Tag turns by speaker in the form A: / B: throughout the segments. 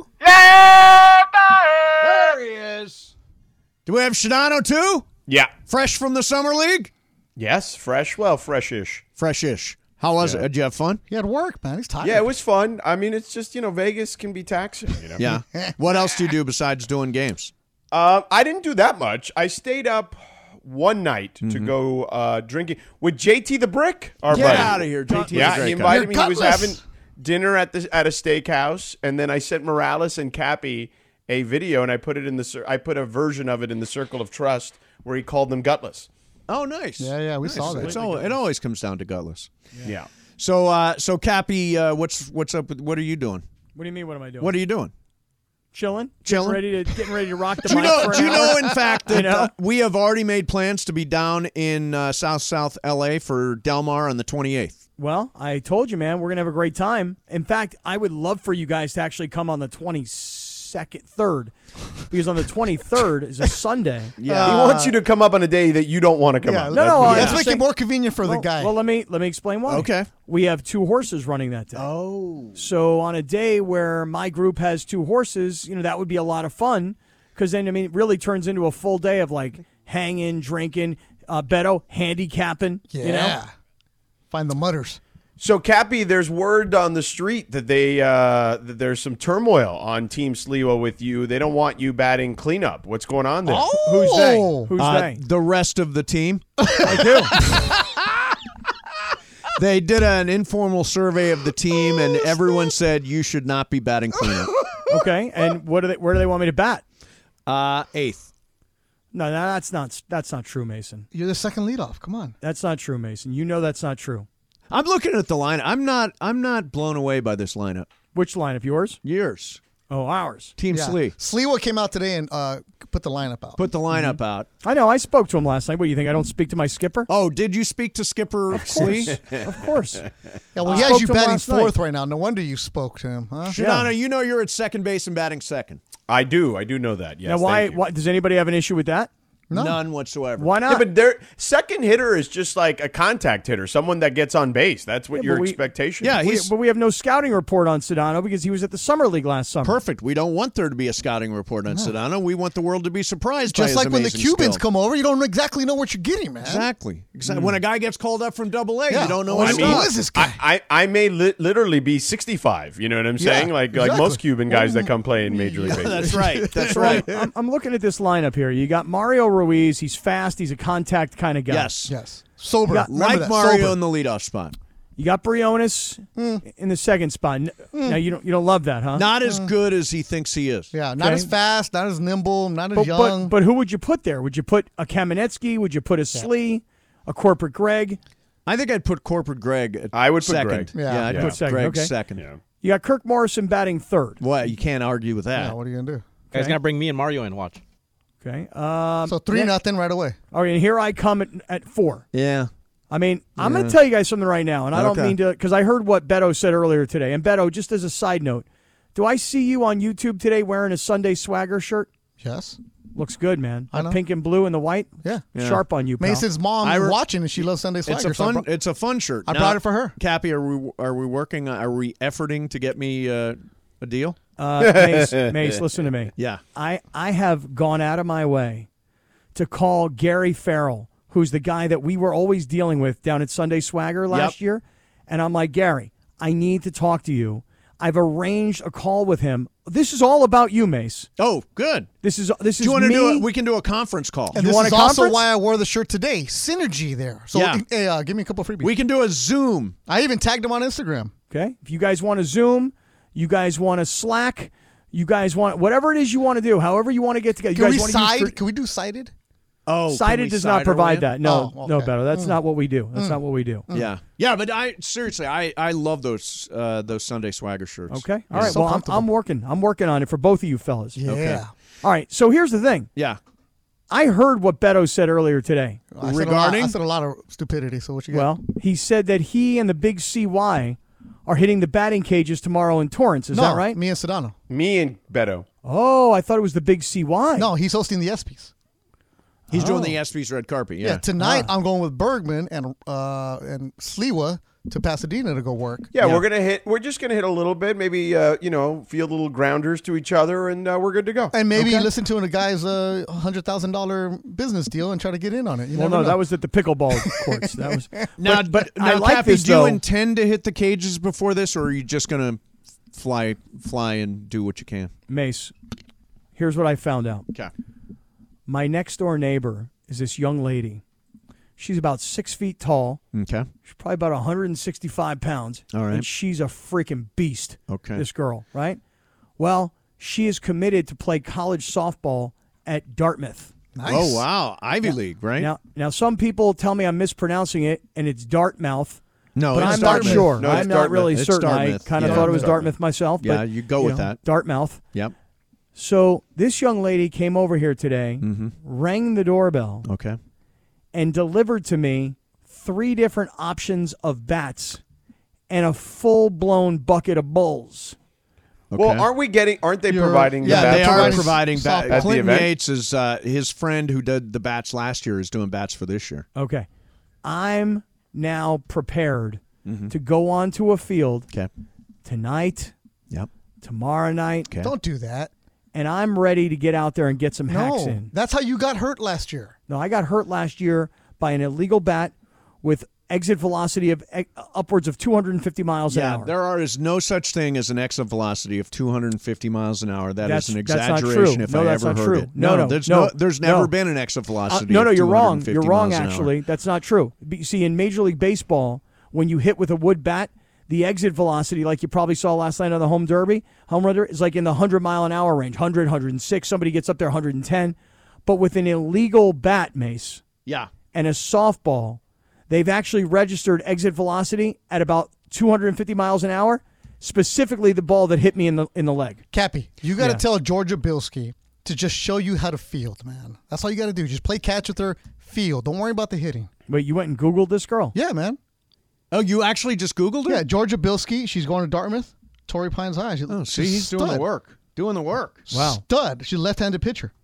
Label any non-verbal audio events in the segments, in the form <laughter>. A: woo!
B: Yeah,
A: There he is. Do we have Shadano too? Fresh from the summer league?
B: Yes, fresh. Well, freshish.
A: Fresh-ish. How was it? Did you have fun?
C: You had work, man. He's tired.
B: Yeah, it was fun. I mean, it's just you know Vegas can be taxing. You know.
A: Yeah. <laughs> what else do you do besides doing games?
B: Uh, I didn't do that much. I stayed up one night to go uh, drinking with JT the Brick. Our
A: Get
B: buddy.
A: outta here, JT 's a
B: Yeah,
A: great
B: he
A: guy.
B: invited me.
C: You're
B: He was
C: gutless.
B: having dinner at the at a steakhouse, and then I sent Morales and Cappy a video, and I put it in the cir- I put a version of it in the Circle of Trust where he called them gutless.
A: Oh, nice.
C: Yeah, yeah, we
A: Nice.
C: saw that.
A: It's al- it always comes down to gutless.
B: Yeah.
A: So, uh, so Cappy, uh, what's what's up? With, what are you doing?
D: What do you mean? What am I doing?
A: What are you doing?
D: chilling?
A: Chilling?
D: Getting ready to getting ready to rock
A: <laughs>
D: the
A: Do you
D: mic
A: know?
D: for
A: Do <laughs>
D: an
A: you
D: <laughs>
A: know?
D: hour?
A: In fact, that
D: know?
A: uh, we have already made plans to be down in uh, South South LA for Del Mar on the 28th.
D: Well, I told you, man, we're gonna have a great time. In fact, I would love for you guys to actually come on the twenty second, third, because on the twenty third is
A: <laughs>
D: a Sunday.
B: he wants you to come up on a day that you don't want to come
C: Yeah,
B: up.
D: No, no,
B: That's-
C: Let's
D: I- Yeah.
C: make it more convenient for
D: well,
C: the guy.
D: Well, let me let me explain why.
A: Okay.
D: We have two horses running that day. Oh. So on a day where my group has two horses, you know that would be a lot of fun because then I mean it really turns into a full day of like hanging, drinking, uh, Beto handicapping.
C: yeah.
D: You know.
C: Find the mutters.
B: So, Cappy, there's word on the street that they uh, that there's some turmoil on Team Sliwa with you. They don't want you batting cleanup. What's going on there?
D: Who's
C: Oh.
D: they? Who's
A: Uh,
D: they?
A: the rest of the
C: <laughs>
A: team.
D: I do.
A: <laughs> They did an informal survey of the team,
C: Oh,
A: and everyone said you should not be batting
C: <laughs>
A: cleanup.
D: Okay, and what do they? Where do they want me to bat?
A: Uh, eighth.
D: No, no, that's not that's not true, Mason.
C: You're the second leadoff. Come on.
D: That's not true, Mason. You know that's not true.
A: I'm looking at the lineup. I'm not. I'm not blown away by this lineup.
D: Which line of yours?
A: Years.
D: Oh, ours.
A: Team
C: Yeah.
A: Slee
C: Sliwa came out today and uh, put the lineup out.
A: put the lineup
C: Mm-hmm.
A: out.
D: I know. I spoke to him last night. What do you think? I don't speak to my skipper.
A: <laughs> Oh, did you speak to Skipper Slee?
D: Of course.
C: yeah, well,
D: I
C: he
D: spoke
C: has you
D: to him
C: batting
D: last night.
C: fourth right now. No wonder you spoke to him, huh?
A: Shadano, you know you're at second base and batting second.
B: I do. I do know that. Yes.
D: now, why,
B: thank you.
D: why? Does anybody have an issue with that?
A: None whatsoever.
D: Why
B: Yeah,
D: not?
B: but their second hitter is just like a contact hitter, someone that gets on base. That's what
D: Yeah,
B: your
D: but we-
B: expectation.
A: Yeah,
B: is.
D: we,
A: he's
D: but we have no scouting report on Sedano because he was at the summer league last summer.
A: perfect. We don't want there to be a scouting report on Sedano. We want the world to be surprised. by
C: Just
A: his
C: like when the
A: amazing
C: Cubans
A: skill.
C: come over, you don't exactly know what you're getting, man.
A: Exactly. Exactly. When a guy gets called up from Double A,
C: Yeah.
A: you don't know
C: Well,
A: what
C: I
A: he's
C: mean-
A: got.
C: Who is this guy?
B: I, I, I may li- literally be 65. You know what I'm saying? like like
C: exactly.
B: most Cuban guys that come play in Major League Baseball.
A: <laughs> That's right. That's
D: So
A: right.
D: I'm, I'm looking at this lineup here. You got Mario Ruiz. He's fast. He's a contact kind of guy.
A: Yes.
C: Yes. Sober.
D: Yeah,
C: Remember
A: Like
C: that,
A: Mario
C: sober.
A: in the leadoff spot.
D: You got Briones in the second spot. N- Now you don't you don't love that, huh?
A: Not as good as he thinks he is.
C: Uh. Yeah, not
D: Okay.
C: as fast, not as nimble, not as
D: But, but
C: young.
D: but who would you put there? Would you put a Kamenetsky? Would you put a Slee? A corporate Greg?
A: I think I'd put Corporate Greg. At
B: I would put
A: second.
B: Greg.
A: Yeah,
C: Yeah.
A: I'd
B: Yeah.
A: put
D: Second,
A: Greg
D: okay.
A: second.
B: Yeah.
D: You got Kirk Morrison batting third.
A: Well, you can't argue with that.
C: yeah, what are you gonna do?
E: Guys, gonna bring me and Mario in. Watch.
D: Okay. Um,
C: So three
D: Nick-
C: nothing right away.
D: All right, and here I come at, at four.
A: Yeah.
D: I mean, I'm going to tell you guys something right now, and I don't
A: Okay.
D: mean to, because I heard what Beto said earlier today. And Beto, just as a side note, do I see you on YouTube today wearing a Sunday Swagger shirt?
C: Yes.
D: Looks good, man.
C: I know.
D: Pink and blue and the white.
C: Yeah.
D: Sharp on you, pal.
C: Mason's mom
A: I re-
C: watching and she loves Sunday Swagger.
A: It's a
C: so I
A: fun.
C: brought-
A: It's a fun shirt.
C: I
A: Now,
C: brought it for her.
A: Cappy, are we are we working? Are we efforting to get me uh, a deal?
C: <laughs>
D: Uh, Mace, Mace, listen to me.
A: Yeah.
D: I, I have gone out of my way to call Gary Farrell, who's the guy that we were always dealing with down at Sunday Swagger last
A: Yep.
D: year. And I'm like, Gary, I need to talk to you. I've arranged a call with him. This is all about you, Mace.
A: Oh, good.
D: This is this
A: Do
D: is
A: you want to
D: me.
A: do it? We can do a conference call.
C: And this
D: want
C: is
D: a
C: also
D: conference?
C: why I wore the shirt today. Synergy there. So
A: Yeah.
C: hey, uh, give me a couple freebies.
A: We can do a Zoom.
C: I even tagged him on Instagram.
D: okay. If you guys want to Zoom, you guys want to Slack, you guys want whatever it is you want to do. However you want to get together.
C: Can
D: you
C: we
D: guys want to
C: side?
D: use tr-
C: can we do sided? Oh,
D: Cited does not provide that. No,
C: Oh,
D: no,
C: okay. Hmm.
D: better. That's not what we do. That's not what we do.
A: Yeah, yeah, but I seriously, I I love those uh, those Sunday swagger shirts.
D: Okay. All right.
C: so
D: well, I'm,
C: comfortable.
D: I'm working. I'm working on it for both of you fellas.
C: Yeah.
A: Okay.
D: All right. So here's the thing.
A: Yeah.
D: I heard what Beto said earlier
C: I
D: today.
C: said a lot-
A: Regarding?
C: I said a lot of stupidity. So what you got?
D: Well, he said that he and the big CY are hitting the batting cages tomorrow in Torrance. Is
C: no,
D: that right?
C: Me and Sedano.
B: Me and Beto.
D: Oh, I thought it was the big Oh. CY.
C: No, he's hosting the ESPYS.
A: He's doing the ESPYS red carpet. Yeah.
C: Yeah, tonight
D: Ah.
C: I'm going with Bergman and uh and Sliwa to Pasadena to go work.
B: Yeah, we're gonna hit. We're just gonna hit a little bit. Maybe uh, you know, field little grounders to each other, and uh, we're good to go.
C: And maybe listen to a guy's uh, hundred thousand dollar business deal and try to get in on it. You
D: Well,
C: never
D: no,
C: know.
D: that was at the pickleball courts. That was.
A: Now,
D: but, but
A: now,
D: I like
A: Cappy,
D: this
A: do you
D: though.
A: intend to hit the cages before this, or are you just gonna fly fly and do what you can?
D: Mace, here's what I found out.
A: Okay.
D: My next door neighbor is this young lady. She's about six feet tall.
A: Okay.
D: She's probably about 165 pounds.
A: All right.
D: And she's a freaking beast.
A: Okay.
D: This girl, right? Well, she is committed to play college softball at Dartmouth.
C: nice.
A: Oh wow, Ivy League, right?
D: Now, now some people tell me I'm mispronouncing it, and it's Dartmouth.
A: No,
D: but
A: Oh, it's
D: I'm
A: Dartmouth.
D: not sure.
B: No, it's
D: I'm not really
A: Dartmouth. It's
D: certain. I
A: Dartmouth.
D: kind of
A: Yeah.
D: thought it was
A: Dartmouth.
D: Dartmouth myself.
A: Yeah,
D: but,
A: you go with that.
D: Dartmouth.
A: Yep.
D: So this young lady came over here today,
A: Mm-hmm.
D: rang the doorbell,
A: Okay.
D: and delivered to me three different options of bats and a full blown bucket of bowls.
A: Okay.
B: Well, aren't we getting? Aren't they
C: You're-
B: providing?
C: yeah,
B: the
A: Yeah, they
B: bats
C: Bats
A: are
B: for
C: providing
B: us?
A: providing
C: softball.
A: bats.
C: At the
A: Clinton
B: event?
A: Yates is uh, his friend who did the bats last year is doing bats for this year.
D: Okay. I'm now prepared
A: Mm-hmm.
D: to go onto a field
A: Okay.
D: tonight,
A: Yep.
D: tomorrow night,
A: Okay.
C: Don't do that.
D: and I'm ready to get out there and get some hacks
C: No,
D: in.
C: that's how you got hurt last year.
D: No, I got hurt last year by an illegal bat with exit velocity of e- upwards of 250 miles
A: Yeah,
D: an hour.
A: there are, is no such thing as an exit velocity of 250 miles an hour. That is
D: That's-
A: an
D: that's not true.
A: exaggeration if
D: No,
A: I
D: that's
A: ever
D: not
A: heard
D: true.
A: it.
D: No, no,
A: there's
D: no,
A: there's
D: no.
A: never been an exit
D: Uh,
A: velocity.
D: no, no,
A: of
D: you're wrong.
A: 250
D: You're wrong.
A: miles an hour.
D: Actually, that's not true. Be- See, in Major League Baseball, when you hit with a wood bat, the exit velocity, like you probably saw last night on the home derby, home run derby, is like in the 100 mile an hour range, 100, 106. Somebody gets up there 110. But with an illegal bat, Mace,
A: Yeah.
D: and a softball, they've actually registered exit velocity at about 250 miles an hour. Specifically, the ball that hit me in the in the leg.
C: Cappy, you got to tell Georgia Bilski to just show you how to field, man. That's all you got to do. Just play catch with her, field. Don't worry about the hitting.
D: Wait, you went and googled this girl?
C: Yeah, man.
A: Oh, you actually just Googled it?
C: Yeah, Georgia Bilski. She's going to Dartmouth. Torrey Pines High. She,
A: Oh, see, he's doing the work. Doing the work.
D: Wow.
C: Stud. She's a left-handed pitcher.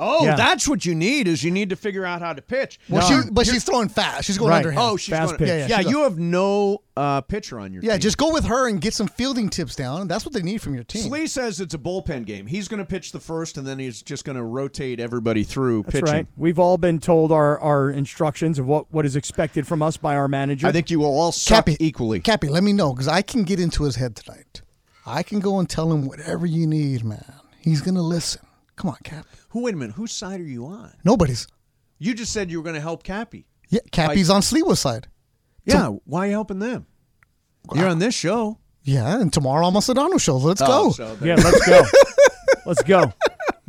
A: Oh,
D: Yeah.
A: that's what you need is you need to figure out how to pitch.
C: Well, she, but
D: <laughs>
C: she's throwing fast. She's going
D: Right.
C: underhand.
A: oh, she's
D: Fast
A: going
D: pitch.
A: Yeah,
D: Yeah,
C: yeah, she's
A: you have no uh, pitcher on your
C: yeah.
A: team.
C: Just go with her and get some fielding tips down. That's what they need from your team.
A: Slee says it's a bullpen game. He's going to pitch the first, and then he's just going to rotate everybody through
D: That's
A: pitching.
D: right. We've all been told our, our instructions of what, what is expected from us by our manager.
A: I think you will all suck
C: Cappy,
A: equally.
C: Cappy, let me know because I can get into his head tonight. I can go and tell him whatever you need, man. He's gonna listen. Come on, Cap.
A: Who? Wait a minute. Whose side are you on?
C: Nobody's.
A: You just said you were going to help Cappy.
C: Yeah, Cappy's on Sliwa's side.
A: Yeah. why are you helping them? You're on this show.
C: Yeah, and tomorrow I'm on Sedano show.
A: Oh,
C: Let's go.
D: yeah,
B: <laughs>
D: let's go. let's go.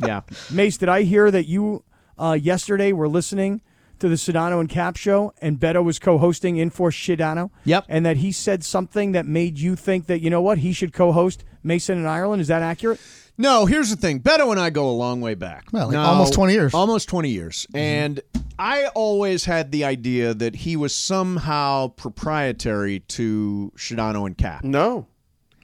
A: yeah.
D: Mace, did I hear that you uh, yesterday were listening to the Sedano and Cap show and Beto was co hosting in for Shidano?
A: Yep.
D: And that he said something that made you think that, you know what, he should co host Mason in Ireland? Is that accurate?
A: No, here's the thing. Beto and I go a long way back.
C: Yeah, like almost 20 years.
A: Almost 20 years. Mm-hmm. And I always had the idea that he was somehow proprietary to Shadano and Cap.
B: No.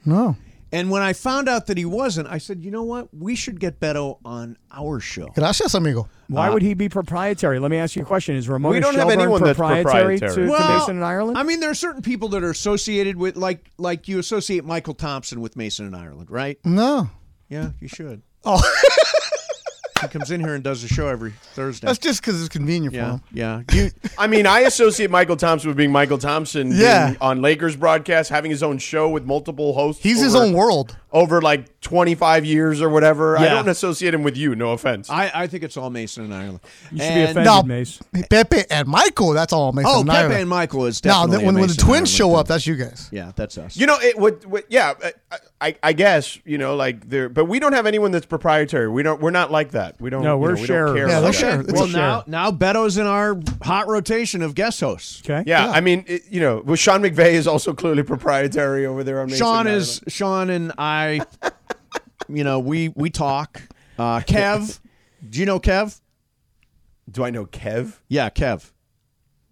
C: No,
A: And when I found out that he wasn't, I said, you know what? We should get Beto on our show.
C: gracias, amigo.
D: Why would he be proprietary? Let me ask you a question. Is Ramona
B: Uh, We don't have
D: Shelburne
B: anyone that's
D: proprietary,
B: proprietary.
D: To,
A: Well,
D: to Mason in Ireland?
A: I mean, there are certain people that are associated with, like, like you associate Michael Thompson with Mason in Ireland, right?
C: No,
A: Yeah, you should. Oh, he comes in here and does a show every Thursday.
C: that's just because it's convenient for
A: yeah,
C: him.
A: yeah. You,
B: I mean, I associate Michael Thompson with being Michael Thompson.
C: Yeah.
B: being on Lakers broadcast, having his own show with multiple hosts.
C: He's his
B: over-
C: own world.
B: Over like twenty five years or whatever. I
A: Yeah.
B: don't associate him with you. No offense.
A: I, I think it's all Mason in Ireland.
D: you should be
A: And-
D: offended,
C: No.
D: Mace.
C: Pepe and Michael. That's all. Mason
A: Oh,
C: and
A: Pepe
C: Ireland.
A: and Michael is
C: No,
A: definitely.
C: then when,
A: a
C: when the
A: Mason in
C: twins show
A: Ireland
C: up, that's you guys.
A: thing. yeah, that's us.
B: You know, it would, would yeah, uh, I, I guess you know, like there, but we don't have anyone that's proprietary. We don't. We're not like that. We don't.
D: No,
B: you
D: we're
B: know, we don't
D: sharers.
B: care
D: Yeah,
B: about
C: we're
B: that.
C: sharers. It's
A: well,
C: a
A: now now Beto's in our hot rotation of guest hosts.
D: Okay.
B: Yeah, I mean, it, you know, well, Sean McVay is also clearly proprietary over there on Mason
A: Sean
B: Island.
A: is Sean and I. you know, we we talk. Uh, Kev, do you know Kev?
B: Do I know Kev?
A: Yeah, Kev.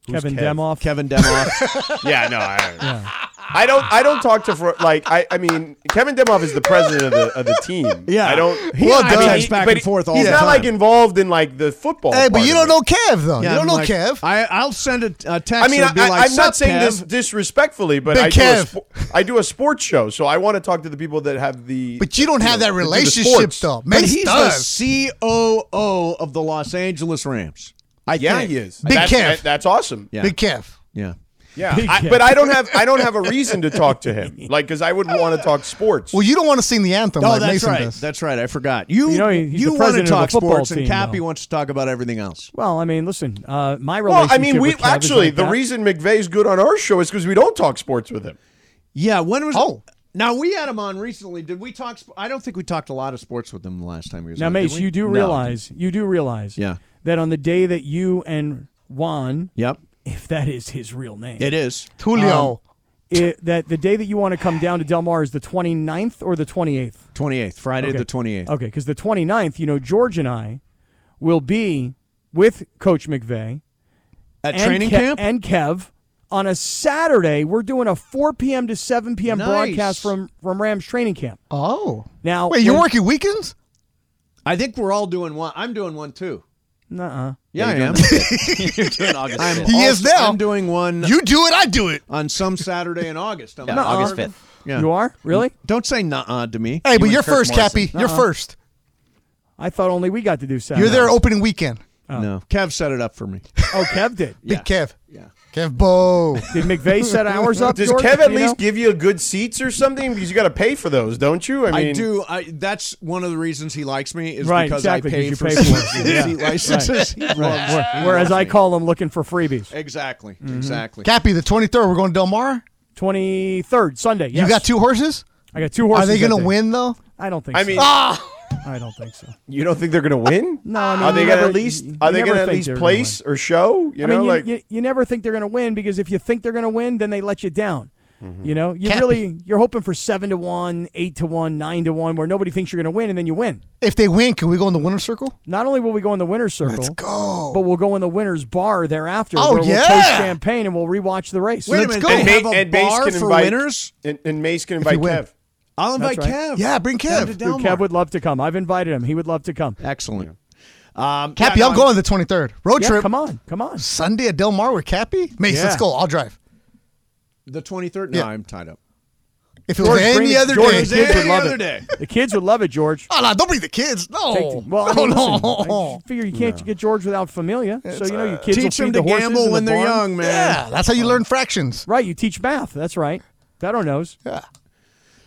D: Kevin
B: Kev?
D: Demoff.
A: Kevin <laughs> Demoff.
B: Yeah, no, I don't. I don't. I don't talk to for like I. I mean, Kevin Demoff is the president of the of the team.
A: Yeah.
B: I don't.
A: He and I
B: mean,
A: text
B: he-
A: back
B: but
A: and forth all
B: He's
A: the
B: not
A: time.
B: like involved in like the football.
C: Hey, but
B: part
C: you
B: of
C: don't
B: it.
C: know Kev though.
A: Yeah,
C: you don't
A: I'm
C: know
A: like-
C: Kev.
A: I I'll send a, a text.
B: I mean, I,
A: and be like,
B: am
A: "Sup,
B: not saying
A: Kev?"
B: this disrespectfully, but
C: Big
B: I do, a
C: Kev.
B: spo- I do a sports show, so I want to talk to the people that have the.
C: but you don't have that
B: know, to do the
C: relationship
B: sports.
C: though.
A: But
C: Mace
A: he's
C: does.
A: the COO of the Los Angeles Rams. I
B: Yeah,
A: think.
B: he is.
C: Big
B: that's,
C: Kev.
B: that- that's awesome.
A: Yeah.
C: Big Kev.
A: Yeah.
B: Yeah, I, but I don't have I don't have a reason to talk to him, like because I wouldn't want to talk sports.
C: Well, you don't want to sing the anthem
A: Oh,
C: like
A: that's
C: Mason
A: right.
C: does.
A: That's right. I forgot. You
D: You
A: you,
D: know, he's the
A: want
D: president
A: to
D: of the
A: talk
D: football
A: sports, and
D: team,
A: Cappy
D: though.
A: wants to talk about everything else.
D: Well, I mean, listen, uh, my
B: well,
D: relationship.
B: I mean, we
D: with Kev is
B: actually
D: like
B: the
D: that.
B: reason McVeigh's good on our show is because we don't talk sports with him.
A: Yeah. When was
C: Oh.
A: Now we had him on recently. Did we talk? Sp- I don't think we talked a lot of sports with him the last time he was
D: Now,
A: on. did
D: Mace,
A: we?
D: you do
A: No.
D: realize, you do realize,
A: Yeah.
D: that on the day that you and Juan,
A: Yep.
D: if that is his real name, um,
A: It is.
C: Julio.
D: it- that the day that you want to come down to Del Mar is the 29th or the 28th.
A: Twenty eighth. Friday
D: Okay. Uh,
A: the twenty eighth.
D: Okay, because the 29th, you know, George and I will be with Coach McVay
A: At
D: and
A: training
D: Ke-
A: camp.
D: and Kev on a Saturday. We're doing a 4 p.m. to 7 p.m.
A: Nice.
D: broadcast from from Rams training camp.
C: oh.
D: Now,
C: Wait, you're
D: when-
C: working weekends?
A: I think we're all doing one. I'm doing one too.
D: Nuh-uh.
A: Yeah, I am.
D: <laughs>
A: <laughs>
E: You're doing August
A: I'm
E: fifth.
C: He is
A: also-
C: now.
A: I'm doing one
C: You do it, I do it.
A: on some Saturday in August. I'm
E: Yeah,
A: like,
E: August
A: "Arg."
E: fifth.
A: Yeah.
D: You
C: Mm.
D: are really?
A: Don't say nah to me.
C: Hey, but
E: and
C: you're
E: Kirk
C: first, Cappy. You're
A: Uh-huh.
C: first.
D: I thought only we got to do Saturday.
C: You're there opening weekend.
A: No, Kev set it up for me.
D: Oh, Kev did.
C: Big Kev.
A: Yeah.
C: Kev Bo.
D: Did McVay
C: <laughs>
D: set hours up?
B: Does
D: George?
B: Kev at
D: Do you
B: least
D: know?
B: give you good seats or something? Because you got to pay for those, don't you? I mean,
A: I do. I that's one of the reasons he likes me is
D: Right,
A: because
D: exactly,
A: I pay
D: 'cause you
A: for,
D: pay for
A: seat- <laughs>
D: it. Yeah.
A: seat licenses. <laughs>
C: <laughs>
A: He loves- he
D: Whereas
A: loves
D: I
A: me.
D: call him looking for freebies.
A: exactly,
D: Mm-hmm.
A: exactly.
C: Cappy, the 23rd, we're going to Del Mar.
D: Twenty third Sunday. Yes.
C: You got two horses?
D: I got two
C: Are
D: horses.
C: they going
D: that
C: to
D: day.
C: win, though?
D: I don't think.
B: I
D: so.
B: mean,
D: I don't think so.
B: you don't think they're going to win?
D: Ah! <laughs> No, I mean,
B: are they
D: you
B: going to
D: never-
B: at least?
D: you-
B: Are
D: you
B: they
D: never
B: going to at
D: think
B: least
D: they're gonna
B: place or show? You know,
D: I mean, you,
B: like
D: you, you never think they're going to win because if you think they're going to win, then they let you down.
C: Mm-hmm.
D: You know, you
C: Can't
D: really you're hoping for seven to one, eight to one, nine to one, where nobody thinks you're going to win, and then you win.
C: If they win, can we go in the winner's circle?
D: Not only will we go in the winner's circle,
C: Let's go.
D: but we'll go in the winner's bar thereafter.
C: Oh,
D: where
C: yeah.
D: We'll toast champagne and we'll rewatch the race.
A: Wait a minute,
C: Let's go.
A: they
C: And
A: have
B: Ma-
A: a bar for winners.
B: and, and Mace can
C: you
B: invite
C: win.
B: Kev.
A: I'll invite
D: right.
A: Kev.
C: Yeah, bring
A: Down
C: Kev.
A: to
C: Dude,
D: Dude,
A: Del Mar.
D: Kev would love to come. I've invited him. He would love to come.
A: Excellent. Um,
C: Cappy,
A: yeah,
C: I'm
A: no,
C: going the 23rd. Road
D: Yeah,
C: trip.
D: come on, come on.
C: Sunday at Del Mar with Cappy? Mace, let's
D: Yeah.
C: go. I'll drive.
A: The 23rd. No,
C: Yeah.
A: I'm tied up.
C: If it was
D: George, bring
C: any
D: the-
C: other
D: George,
C: day.
D: the kids would
A: Any
D: love
A: other
D: it.
A: day.
D: The kids would love
A: <laughs>
D: it, George.
C: Oh, no, don't bring the kids. <laughs>
D: Take
C: No.
D: the- well,
A: Oh,
D: I mean,
C: no,
D: listen,
C: no.
D: I figure you can't get George without familia. so you know your kids will
A: uh, Teach
D: feed
A: them
D: the
A: to
D: horses in
A: gamble
D: the
A: when they're
D: barn.
A: young, man.
C: Yeah, that's how
D: Um,
C: you learn fractions.
D: Right, you teach math. That's right. Beto knows.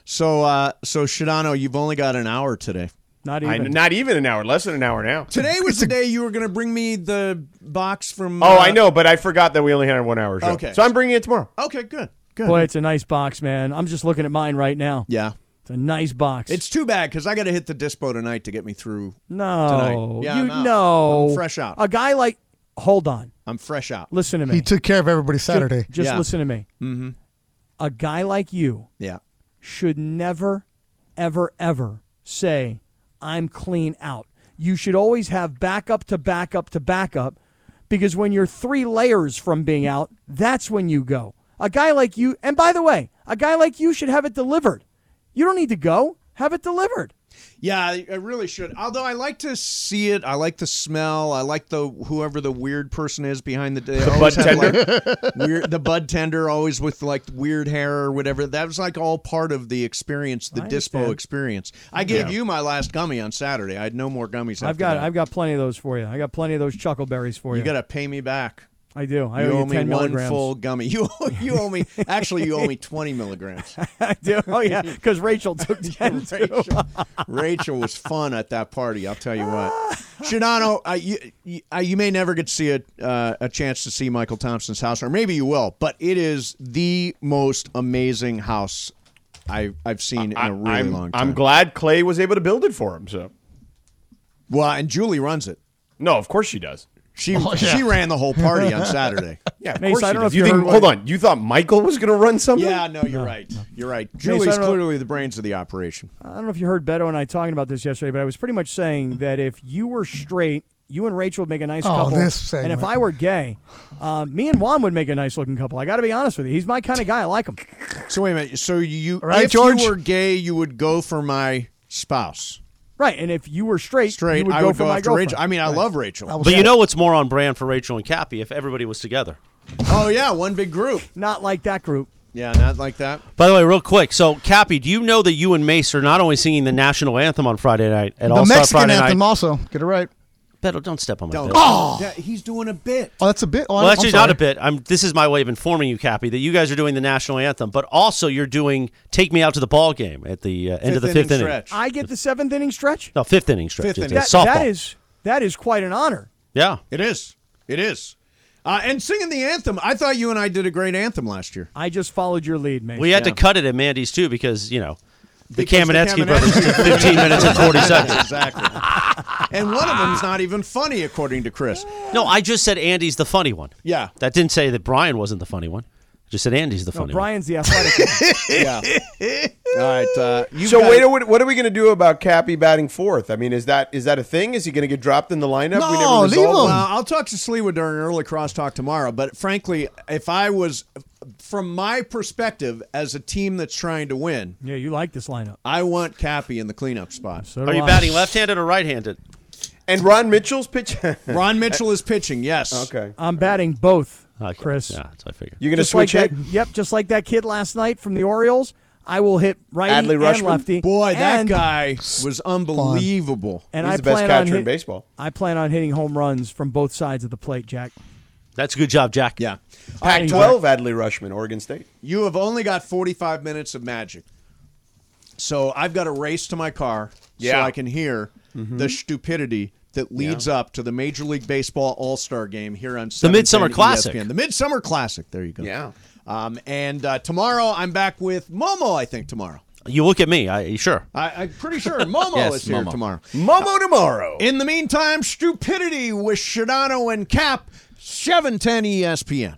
A: So, uh, so Shadano, you've only got an hour today.
D: Not
B: I,
D: even.
B: not even an hour, less than an hour now.
A: Today <laughs> was the day you were going to bring me the box from.
B: Oh,
A: uh,
B: I know, but I forgot that we only had a one hour show.
A: Okay.
B: So I'm bringing it tomorrow.
A: Okay, good, good.
D: Boy, it's a nice box, man. I'm just looking at mine right now.
A: yeah,
D: It's a nice box.
A: it's too bad because I got to hit the dispo tonight to get me through.
D: no,
A: tonight. Yeah,
D: you
A: I'm out.
D: know,
A: I'm fresh out.
D: A guy like, hold on,
A: I'm fresh out.
D: listen to me.
C: He took care of everybody
D: Ju-
C: Saturday.
D: Just,
A: Yeah.
D: listen to me. Mm-hmm. A guy like you
A: Yeah,
D: should never, ever, ever say, I'm clean out. You should always have backup to backup to backup because when you're three layers from being out, that's when you go. A guy like you, and by the way, a guy like you should have it delivered. You don't need to go, have it delivered.
A: yeah, I, I really should. Although I like to see it, I like the smell, I like the whoever the weird person is behind the. The
B: bud tender? <laughs>
A: weird, the bud tender, always with like weird hair or whatever. That was like all part of the experience, the dispo
D: I understand.
A: experience. I gave you my last gummy on Saturday. I had no more gummies.
D: I've
A: after
D: got
A: that.
D: I've got plenty of those for you. I got plenty of those chuckleberries for you.
A: You got to pay me back.
D: I do. I
A: you
D: owe
A: owe
D: you
A: me
D: ten
A: one
D: milligrams.
A: full gummy. You owe, you owe me. Actually, you owe me twenty milligrams.
D: <laughs> I do. Oh yeah, because <laughs> Rachel took ten. too.
A: Rachel was fun at that party. I'll tell you what. Shadano, I, you, you- I, you may never get to see a, uh, a chance to see Michael Thompson's house, or maybe you will. But it is the most amazing house I, I've seen in a really
B: I'm,
A: long time.
B: I'm glad Clay was able to build it for him. So
A: Well, and Julie runs it.
B: no, of course she does.
A: She she ran the whole party on Saturday.
B: Yeah, of
D: Mace,
B: course
D: I
B: she
D: don't know
B: does.
D: if
B: you
D: you
B: think,
D: heard what-
B: hold on, you thought Michael was going to run something?
A: Yeah, no, you're right. You're right.
D: I
A: Julie's
D: don't know-
A: clearly the brains of the operation.
D: I don't know if you heard Beto and I talking about this yesterday, but I was pretty much saying that if you were straight, you and Rachel would make a nice
C: Oh,
D: couple.
C: this
D: and if
C: segment.
D: I were gay, uh, me and Juan would make a nice looking couple. I got to be honest with you. He's my kind of guy. I like him.
A: So wait a minute. So you,
C: Right,
A: if
C: George?
A: you were gay, you would go for my spouse.
D: Right. And if you were straight,
A: Straight,
D: you would
A: I
D: go
A: would
D: for
A: go
D: my
A: after
D: girlfriend.
A: Rachel. I mean, I love Rachel.
C: was
E: But you
C: sad.
E: know what's more on brand for Rachel and Cappy if everybody was together.
A: oh yeah, one big group.
D: Not like that group.
A: Yeah, not like that.
E: By the way, real quick. So, Cappy, do you know that you and Mace are not only singing the national anthem on Friday night at
C: the
E: All Star
C: Mexican
E: Friday
C: anthem
E: night?
C: also. Get it right.
E: Beto, don't step on my.
A: Don't.
E: toes.
A: Oh, he's doing a bit.
C: Oh, that's a bit. Oh,
E: Well,
C: I'm
E: actually,
C: sorry.
E: not a bit. I'm. This is my way of informing you, Cappy, that you guys are doing the national anthem, but also you're doing "Take Me Out to the Ball Game" at the uh, end of the fifth inning.
A: stretch.
D: I get the seventh inning stretch.
E: No, fifth inning stretch.
A: Fifth
E: It's
A: inning.
E: a
D: That,
E: Softball.
D: that is that is quite an honor.
E: Yeah.
A: It is. It is. Uh, and singing the anthem. I thought you and I did a great anthem last year.
D: I just followed your lead, man.
E: We had to cut it at Mandy's too because you know the
A: Because the Kamenetsky
E: Kamenetsky
A: <laughs>
E: brothers took 15 minutes and 40 seconds.
A: exactly. <laughs> And one of them's not even funny, according to Chris.
E: No, I just said Andy's the funny one.
A: Yeah.
E: That didn't say that Brian wasn't the funny one. I just said Andy's the
D: No,
E: funny
D: Brian's the athletic. <laughs> one.
A: Yeah. <laughs> All right. Uh, you
B: So
A: guys-
B: wait, what, what are we going to do about Cappy batting fourth? I mean, is that is that a thing? Is he going to get dropped in the lineup?
C: No, leave
B: resolved
C: him.
B: it.
A: Well, I'll talk to Sleewa during an early crosstalk tomorrow. But frankly, if I was, from my perspective, as a team that's trying to win,
D: yeah, you like this lineup.
A: I want Cappy in the cleanup spot.
D: So
E: one. Are
D: do
E: you
D: I.
E: batting left-handed or right-handed?
B: And Ron Mitchell's pitch. <laughs> You're
A: Ron Mitchell is pitching. Yes.
B: Okay.
D: I'm batting both,
E: Okay.
D: Chris.
E: Yeah, that's what I figured.
B: going to
D: Just like
B: switch
D: that,
B: it?
D: yep, just like that kid last night from the Orioles. I will hit righty
B: Adley
D: and
B: Rushman?
D: lefty.
A: Boy, that
D: and,
A: guy was unbelievable.
D: And
B: He's
D: I
B: the best
D: plan on
B: catcher in
D: hit-
B: baseball.
D: I plan on hitting home runs from both sides of the plate, Jack.
E: That's a good job, Jack.
A: Yeah.
B: Pac 12, Adley Rushman, Oregon State.
A: You have only got 45 minutes of magic. So I've got to race to my car so
B: Yeah.
A: I can hear
C: Mm-hmm.
A: the stupidity that leads up to the Major League Baseball All Star game here on the E
E: Midsummer Classic.
A: The Midsummer Classic. There you go.
B: Yeah.
A: Um, and uh, tomorrow I'm back with Momo, I think, tomorrow.
E: You look at me. I sure.
A: I, I'm pretty
C: <laughs>
A: sure Momo
E: Yes,
A: is here
E: Momo.
A: tomorrow.
B: Momo tomorrow.
A: In the meantime, stupidity with Shadano and Cap, E 710 ESPN.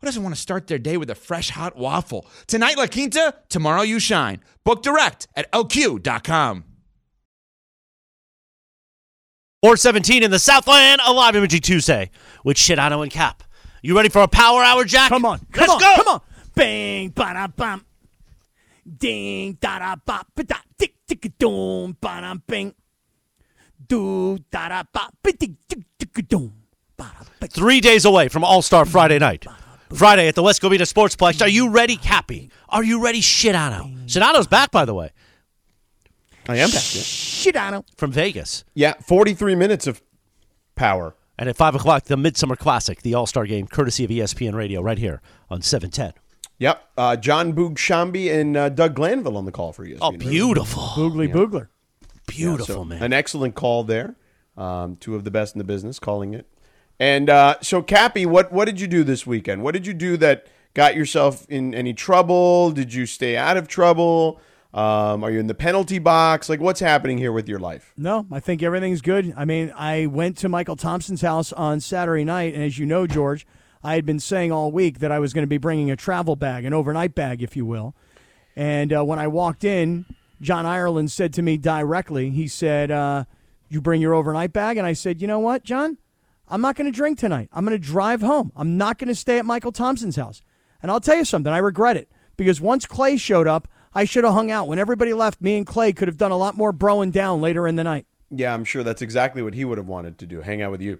F: who doesn't want to start their day with a fresh hot waffle? Tonight, La Quinta, tomorrow, you shine. Book direct at lq.com.
E: Or 17 in the Southland, a live imaging Tuesday with Shadano and Cap. You ready for a power hour, Jack?
D: Come on, come
E: Let's
D: on,
E: go.
D: come on. Bang, ba da bam, ding, da da ba, ba da, tick, tick, doom, ba da, bing, do, da da ba, ba tick, tick, tick, doom, ba da, ba.
E: Three days away from All Star Friday night. Friday at the West Covina Sportsplex. Are you ready, Cappy? Are you ready, Shadano? Shadano's back, by the way,
B: I am back. Yeah.
D: Shidano.
E: from Vegas.
B: Yeah, 43 minutes of power.
E: And at 5 o'clock, the Midsummer Classic, the All Star game, courtesy of E ESPN Radio, right here on 710.
B: Yep. Uh, John Bugshambie and uh, Doug Glanville on the call for E you.
E: Oh, beautiful.
D: Boogly boogler.
E: Beautiful, man.
B: An excellent call there. Um, two of the best in the business calling it. And uh, so, Cappy, what, what did you do this weekend? What did you do that got yourself in any trouble? Did you stay out of trouble? Um, are you in the penalty box? Like, what's happening here with your life?
D: No, I think everything's good. I mean, I went to Michael Thompson's house on Saturday night, and as you know, George, I had been saying all week that I was going to be bringing a travel bag, an overnight bag, if you will. And uh, when I walked in, John Ireland said to me directly, he said, uh, You bring your overnight bag? And I said, You know what, John? I'm not going to drink tonight. I'm going to drive home. I'm not going to stay at Michael Thompson's house. And I'll tell you something, I regret it because once Clay showed up, I should have hung out. When everybody left, me and Clay could have done a lot more broing down later in the night.
B: Yeah, I'm sure that's exactly what he would have wanted to do. Hang out with you.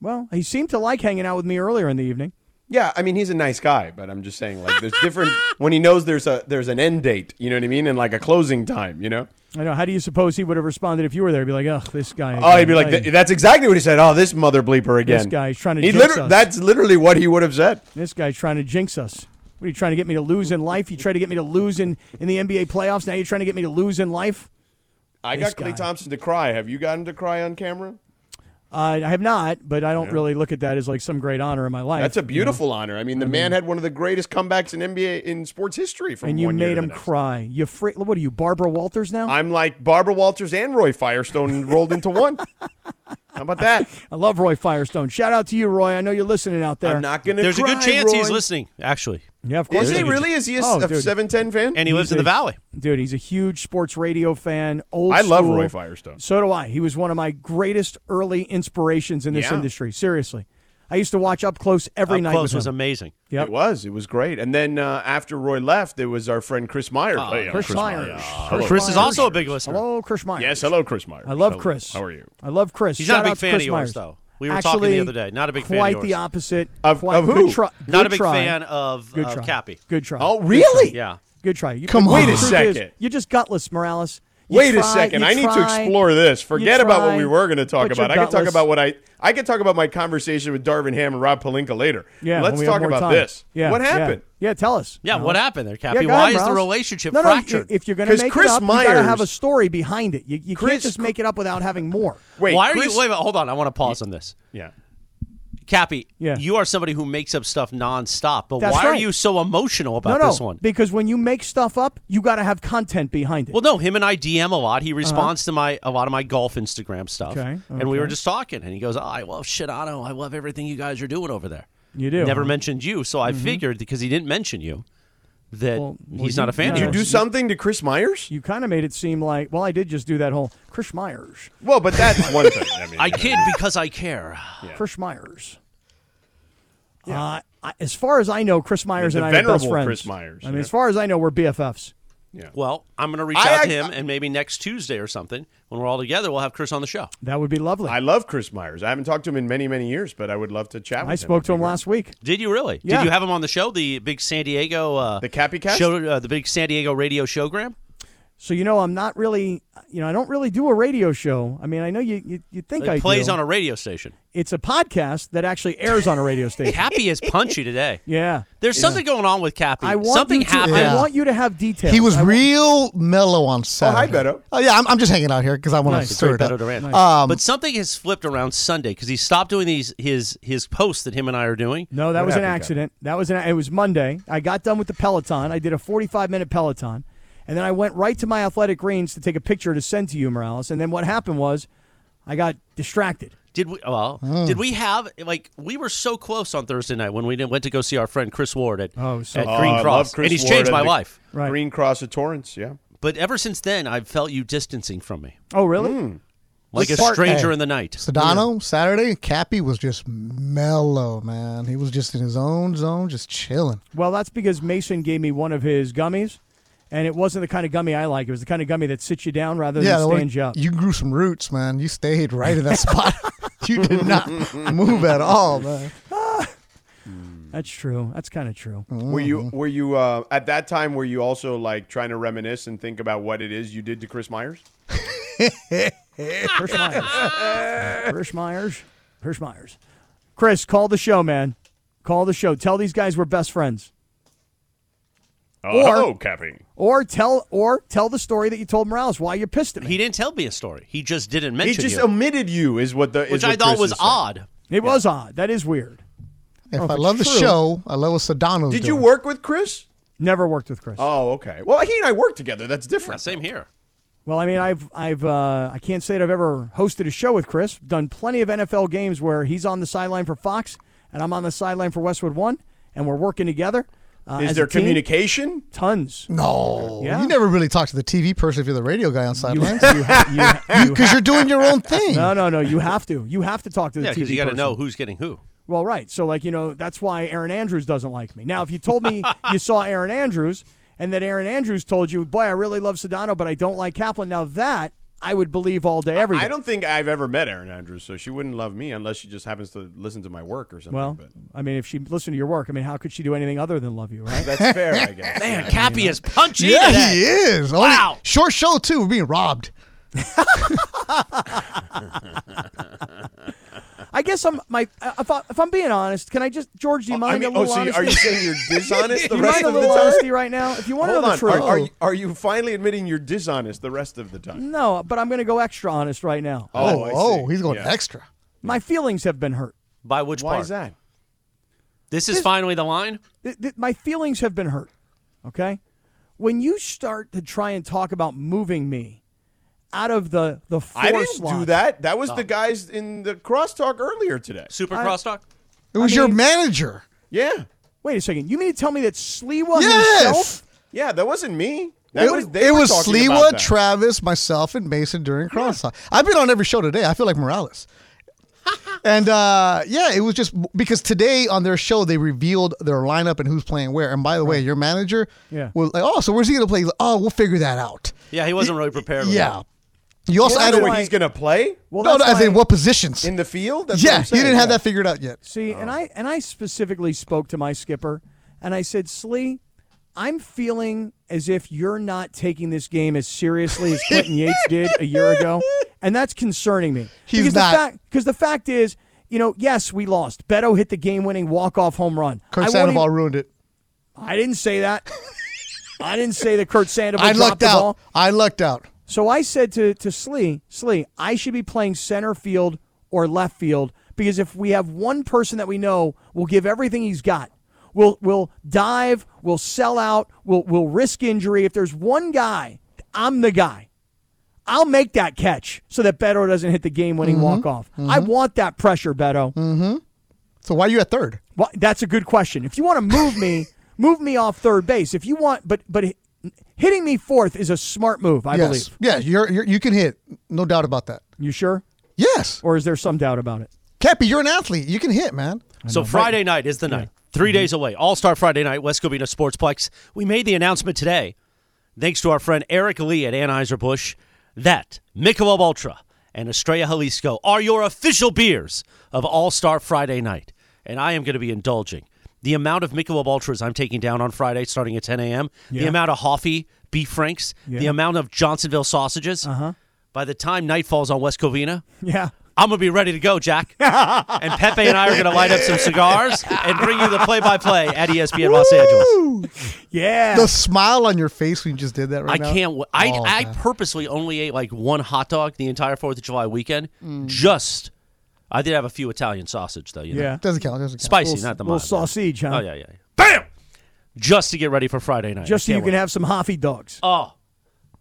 D: Well, he seemed to like hanging out with me earlier in the evening.
B: Yeah, I mean he's a nice guy, but I'm just saying like there's different when he knows there's a there's an end date, you know what I mean, and like a closing time, you know.
D: I know. How do you suppose he would have responded if you were there? He'd be like, "Oh, this guy."
B: Oh, he'd be
D: again.
B: like, "Th- "That's exactly what he said." Oh, this mother bleeper again.
D: This guy's trying to
B: He
D: jinx
B: liter-
D: us.
B: That's literally what he would have said.
D: This guy's trying to jinx us. What are you trying to get me to lose in life? You try to get me to lose in, in the NBA playoffs. Now you're trying to get me to lose in life.
B: I
D: This
B: got Clay
D: guy.
B: Thompson to cry. Have you gotten to cry on camera?
D: Uh, I have not, but I don't really look at that as like some great honor in my life.
B: That's a beautiful honor. I mean, the man had one of the greatest comebacks in NBA in sports history. From
D: and you
B: one year
D: made
B: to the
D: him
B: next.
D: cry. You fr- What are you, Barbara Walters now? I,
B: I'm like Barbara Walters and Roy
D: <laughs>
B: Firestone rolled into one. How about that?
D: love Roy Firestone. Shout out to you, Roy. I know you're listening out there.
B: I'm not going to.
E: There's a good chance he's listening, actually,
D: yeah, of course.
B: Is he
D: I do.
B: really? Is he a
D: Oh, dude.
B: 710 fan?
E: and he lives in the
D: a-
E: valley.
D: Dude, he's a huge sports radio fan. Old.
B: I love
D: school.
B: Roy Firestone.
D: So do I. He was one of my greatest early inspirations in this
B: Yeah.
D: industry. Seriously, I used to watch up close every
E: Up
D: night.
E: close
D: with
E: was
D: him.
E: amazing.
D: Yep.
B: It was. It was great. And then uh, after Roy left, it was our friend Chris Meyer. playing.
D: Chris Myers.
B: Hello,
E: Ah, Chris is also a big listener.
D: Hello, Chris Myers.
B: Yes, hello, Chris Meyer.
D: I love Chris.
B: How are you?
D: I love Chris.
E: He's
D: Shout
E: not a big
D: out to
E: fan
D: Chris
E: of yours,
D: Myers.
E: though. We were
D: Actually,
E: talking the other day. Not a big fan of
D: Quite
E: yours.
D: the opposite.
B: Of-
D: quite,
B: of
D: Good
B: who?
D: try,
E: Not
D: good
E: a big
D: try.
E: fan of,
D: Good
E: of
D: try.
E: Cappy.
D: Good try.
B: Oh, really?
E: Yeah.
D: Good try. You,
C: Come
D: the
C: on.
D: truth
C: Wait a
D: is,
B: second.
D: you're just gutless, Morales. You
B: Wait a
D: try-
B: second.
D: you
B: I need to
D: try,
B: explore this.
D: you
B: Forget about what
D: try,
B: we were going to talk
D: but you're
B: about. I can talk
D: gutless.
B: about what I I can talk about my conversation with Darvin Ham and Rob Palinka later.
D: Yeah, when
B: Let's
D: we have
B: talk
D: more
B: about
D: time.
B: this.
D: Yeah,
B: what
D: yeah.
B: happened?
D: Yeah, tell us.
E: Yeah, what happened there,
D: Yeah,
E: Cappy?
D: go
E: Why
D: ahead,
E: is the
D: Morales.
E: relationship
D: No, no,
E: fractured?
D: If you're going to
B: 'Cause
D: make
B: Chris
D: it up, you got to
B: Myers-
D: have a story behind it. You, you can't
B: Chris-
D: just make it up without having more.
B: Wait,
E: Why are
B: Chris-
E: you? Wait a minute. Hold on. I want to pause on this.
B: Yeah.
E: Cappy,
D: Yeah.
E: you are somebody who makes up stuff nonstop, but
D: That's
E: why are
D: right.
E: you so emotional about
D: no, no,
E: this one?
D: because when you make stuff up, you got to have content behind it.
E: Well, no, him and I DM a lot. He responds to my a lot of my golf Instagram stuff,
D: Uh-huh. Okay,
E: and we were just talking, and he goes, oh, "I love Shidano. I love everything you guys are doing over there."
D: You do,
E: Never
D: huh?
E: mentioned you, so I figured because he didn't mention you that
D: Mm-hmm. Well, well,
E: he's
D: you-
E: not a fan.
D: yeah.
B: You
E: of
B: do
E: yours.
B: something to Chris Myers?
D: you kind of made it seem like, well, I did just do that whole Chris Myers,
B: Well, but that's <laughs> one thing. I mean,
E: I kid because I care.
D: Chris Myers. Uh, I, as far as I know, Chris Myers
B: The
D: and I are best
B: venerable
D: friends.
B: Chris Myers,
D: I mean,
B: yeah.
D: as far as I know, we're BFFs.
E: Well, I'm going to reach
B: I-
E: out to
B: I-
E: him, and maybe next Tuesday or something, when we're all together, we'll have Chris on the show.
D: That would be lovely.
B: I love Chris Myers. I haven't talked to him in many, many years, but I would love to chat with him.
D: I spoke to him last week.
E: Did you really?
D: Yeah.
E: Did you have him on the show, the big San Diego, uh,
B: The Cappy Cast?
E: show, uh, the big San Diego radio showgram?
D: So you know, I'm not really, you know, I don't really do a radio show. I mean, I know you you, you think
E: It
D: I
E: plays
D: do.
E: on a radio station.
D: it's a podcast that actually airs on a radio
E: <laughs>
D: station.
E: Cappy is punchy today.
D: yeah,
E: There's something going on with Cappy.
D: I want
E: something
D: you to,
E: happened.
D: I
C: Yeah.
D: want you to have details.
C: He was
D: I want-
C: real mellow on
B: hi,
C: Saturday.
B: Beto.
C: Oh yeah, I'm, I'm just hanging out here because I want
D: Nice.
C: to stir
D: Great
C: it
E: Beto
C: up.
E: Duran.
C: Um,
E: but something has flipped around Sunday because he stopped doing these his his posts that him and I are doing.
D: No, that was an
B: happened,
D: accident. That was an. It was Monday. I got done with the Peloton. I did a 45 minute Peloton, and then I went right to my athletic greens to take a picture to send to you, Morales. And then what happened was, I got distracted.
E: Did we? Well,
D: Oh.
E: did we have like we were so close on Thursday night when we did- went to go see our friend Chris Ward at,
D: Oh, so-
E: at
D: Oh,
E: Green
B: I
E: Cross,
B: Uh, love Chris
E: and he's
B: Ward
E: changed
B: at
E: my
B: the
E: life.
D: Right.
B: Green Cross at Torrance, yeah.
E: But ever since then, I've felt you distancing from me,
D: Oh, really?
E: like a
C: part-
E: stranger
C: Hey.
E: in the night.
C: Sedano Saturday, Cappy was just mellow, man. He was just in his own zone, just chilling.
D: Well, that's because Mason gave me one of his gummies, and it wasn't the kind of gummy I like. It was the kind of gummy that sits you down rather than
C: that
D: stands
C: was-
D: you up.
C: you grew some roots, man. You stayed right in that <laughs> spot. you did not move at all, man.
D: that's true. That's kind of true.
B: Were you
D: Mm-hmm.
B: were you uh, at that time? Were you also like trying to reminisce and think about what it is you did to Chris Myers?
D: <laughs> Hirsch Myers. Hirsch Myers. Hirsch Myers. Chris, call the show, man. Call the show. Tell these guys we're best friends.
E: Uh,
D: Or-
B: oh, Cappy.
D: Or tell or tell the story that you told Morales why you're pissed at me.
E: He didn't tell me a story. He just didn't
B: He
E: mention
B: just
E: you,
B: omitted you, is what the is
E: which
B: what
E: I thought
B: Chris
E: was
B: is saying.
E: odd.
D: it was odd. That is weird.
C: If
D: if
C: I
D: it's
C: love the
D: Oh, true.
C: show, I love what Sedano's
B: Did you
C: doing.
B: work with Chris?
D: Never worked with Chris.
B: Oh, okay. Well, he and I worked together. That's
E: Yeah,
B: different.
E: same here.
D: well, I mean, I've I've uh, I can't say that I've ever hosted a show with Chris. Done plenty of NFL games where he's on the sideline for Fox and I'm on the sideline for Westwood One, and we're working together. Uh,
B: Is
D: as a
B: there
D: team,
B: communication?
D: Tons.
C: No,
D: Yeah.
C: you never really talk to the TV person if you're the radio guy on <laughs> sidelines
D: You ha- you ha- you
C: because
D: ha-
C: you're doing your own thing.
D: <laughs> no, no, no. You have to. You have to talk to the
E: Yeah,
D: TV
E: because you got to
D: person.
E: know who's getting who.
D: Well, right. So, like, you know, that's why Aaron Andrews doesn't like me. Now, if you
B: <laughs>
D: told me you saw Aaron Andrews and that Aaron Andrews told you, boy, I really love Sedano, but I don't like Kaplan, now that I would believe all day, every day.
B: I don't think I've ever met Erin Andrews, so she wouldn't love me unless she just happens to listen to my work or something.
D: well,
B: but
D: I mean, if she listened to your work, I mean, how could she do anything other than love you, right?
B: that's fair, I
D: <laughs>
B: guess.
E: Man, Cappy is punchy.
C: yeah,
E: today.
C: he is. Only-
E: Wow.
C: short show too. We're being robbed.
D: I guess I'm my if, I, if I'm being honest, can I just George? Do you
B: I
D: mind
B: mean,
D: a
B: oh,
D: little
B: so you-
D: honesty?
B: are you saying
D: <laughs>
B: you're dishonest
D: Do
B: the
D: you
B: rest
D: mind a
B: of the
D: little
B: time?
D: honesty right now? If you want to
B: Hold
D: know the
B: on.
D: truth,
B: Are, are, you, are you finally admitting you're dishonest the rest of the time?
D: no, but I'm going to go extra honest right now.
B: I
C: Oh,
B: see.
C: oh, he's going
B: Yeah.
C: extra.
D: My feelings have been hurt.
E: By which
B: Why
E: part?
B: is that?
E: This is finally the line.
D: th- th- my feelings have been hurt. Okay, when you start to try and talk about moving me out of the the four
B: I didn't
D: slot,
B: do that. That was the guys in the crosstalk earlier today.
E: Super crosstalk.
C: It was
D: mean-
C: your manager.
B: Yeah,
D: Wait a second, you mean to tell me that Sliwa
C: Yes!
D: himself?
B: yeah, that wasn't me. That
C: It,
B: was, they
C: it
B: were
C: was
B: talking
C: Sliwa,
B: about that.
C: Travis, myself, and Mason during crosstalk. I've been on every show today. I feel
B: <laughs>
C: like Morales. and uh, yeah, it was just because today on their show they revealed their lineup and who's playing where. And by the way, your manager
D: Yeah.
C: was like, "Oh, so where's he gonna play?" He's like, oh, we'll figure that out.
E: Yeah, he wasn't really prepared. with
C: Yeah.
E: that.
C: You also
B: I
C: added.
B: know what he's gonna play
D: Well,
C: no, no,
D: that's
C: I think
D: why-
C: what positions?
B: in the field. That's what
C: yeah,
B: I'm
C: you
B: saying.
C: didn't have
B: Yeah.
C: that figured out yet.
D: See, and I and I specifically spoke to my skipper, and I said, Slee, I'm feeling as if you're not taking this game as seriously as Clinton Yates did a year
C: <laughs>
D: ago, and that's concerning me.
C: He's
D: because
C: not.
D: The fact, because the fact is, you know, yes, we lost. Beto hit the game-winning walk-off home run. I
C: Kurt
D: won't
C: Sandoval
D: even-
C: ruined it.
D: I didn't say that. I didn't say that Kurt Sandoval
C: I
D: dropped
C: lucked
D: the
C: out.
D: ball.
C: I lucked out.
D: So I said to to Slee, Slee, I should be playing center field or left field because if we have one person that we know will give everything he's got, will will dive, will sell out, will will risk injury. If there's one guy, I'm the guy. I'll make that catch so that Beto doesn't hit the game-winning walk-off. I want that pressure, Beto.
C: So why are you at third?
D: Well, that's a good question. If you want to
G: <laughs>
D: move me, move me off third base. If you want, but but h- hitting me fourth is a smart move. I
C: yes.
D: believe.
C: Yeah, you're, you're you can hit. No doubt about that.
D: You sure?
C: Yes.
D: Or is there some doubt about it? <laughs>
C: Cappy, you're an athlete. You can hit, man.
E: So Friday night is the night. Three days away. All Star Friday night, West Covina Sportsplex. We made the announcement today, thanks to our friend Eric Lee at Anheuser-Busch, that Michelob Ultra and Estrella Jalisco are your official beers of All Star Friday night. And I am going to be indulging. The amount of Michelob Ultras I'm taking down on Friday starting at 10 a.m., the amount of Hoffy beef franks, the amount of Johnsonville sausages. Uh-huh. By the time night falls on West Covina,
D: Yeah.
E: I'm gonna be ready to go, Jack. and Pepe and I are gonna light up some cigars and bring you the play-by-play at E ESPN Los Angeles.
D: Yeah.
C: The smile on your face when you just did that
E: I
C: right now.
E: can't. W- I
C: Oh,
E: I
C: man.
E: purposely only ate like one hot dog the entire Fourth of July weekend. Just, I did have a few Italian sausage though. You
D: <laughs>
E: know?
D: yeah.
C: Doesn't count. Doesn't count.
E: spicy,
D: Little-
E: not the
D: little
E: mild.
D: sausage, huh?
E: Oh yeah, yeah. yeah. Bam! Just to get ready for Friday night.
D: Just so you
E: I can't
D: can
E: wait.
D: have some Hoffy dogs.
E: Oh,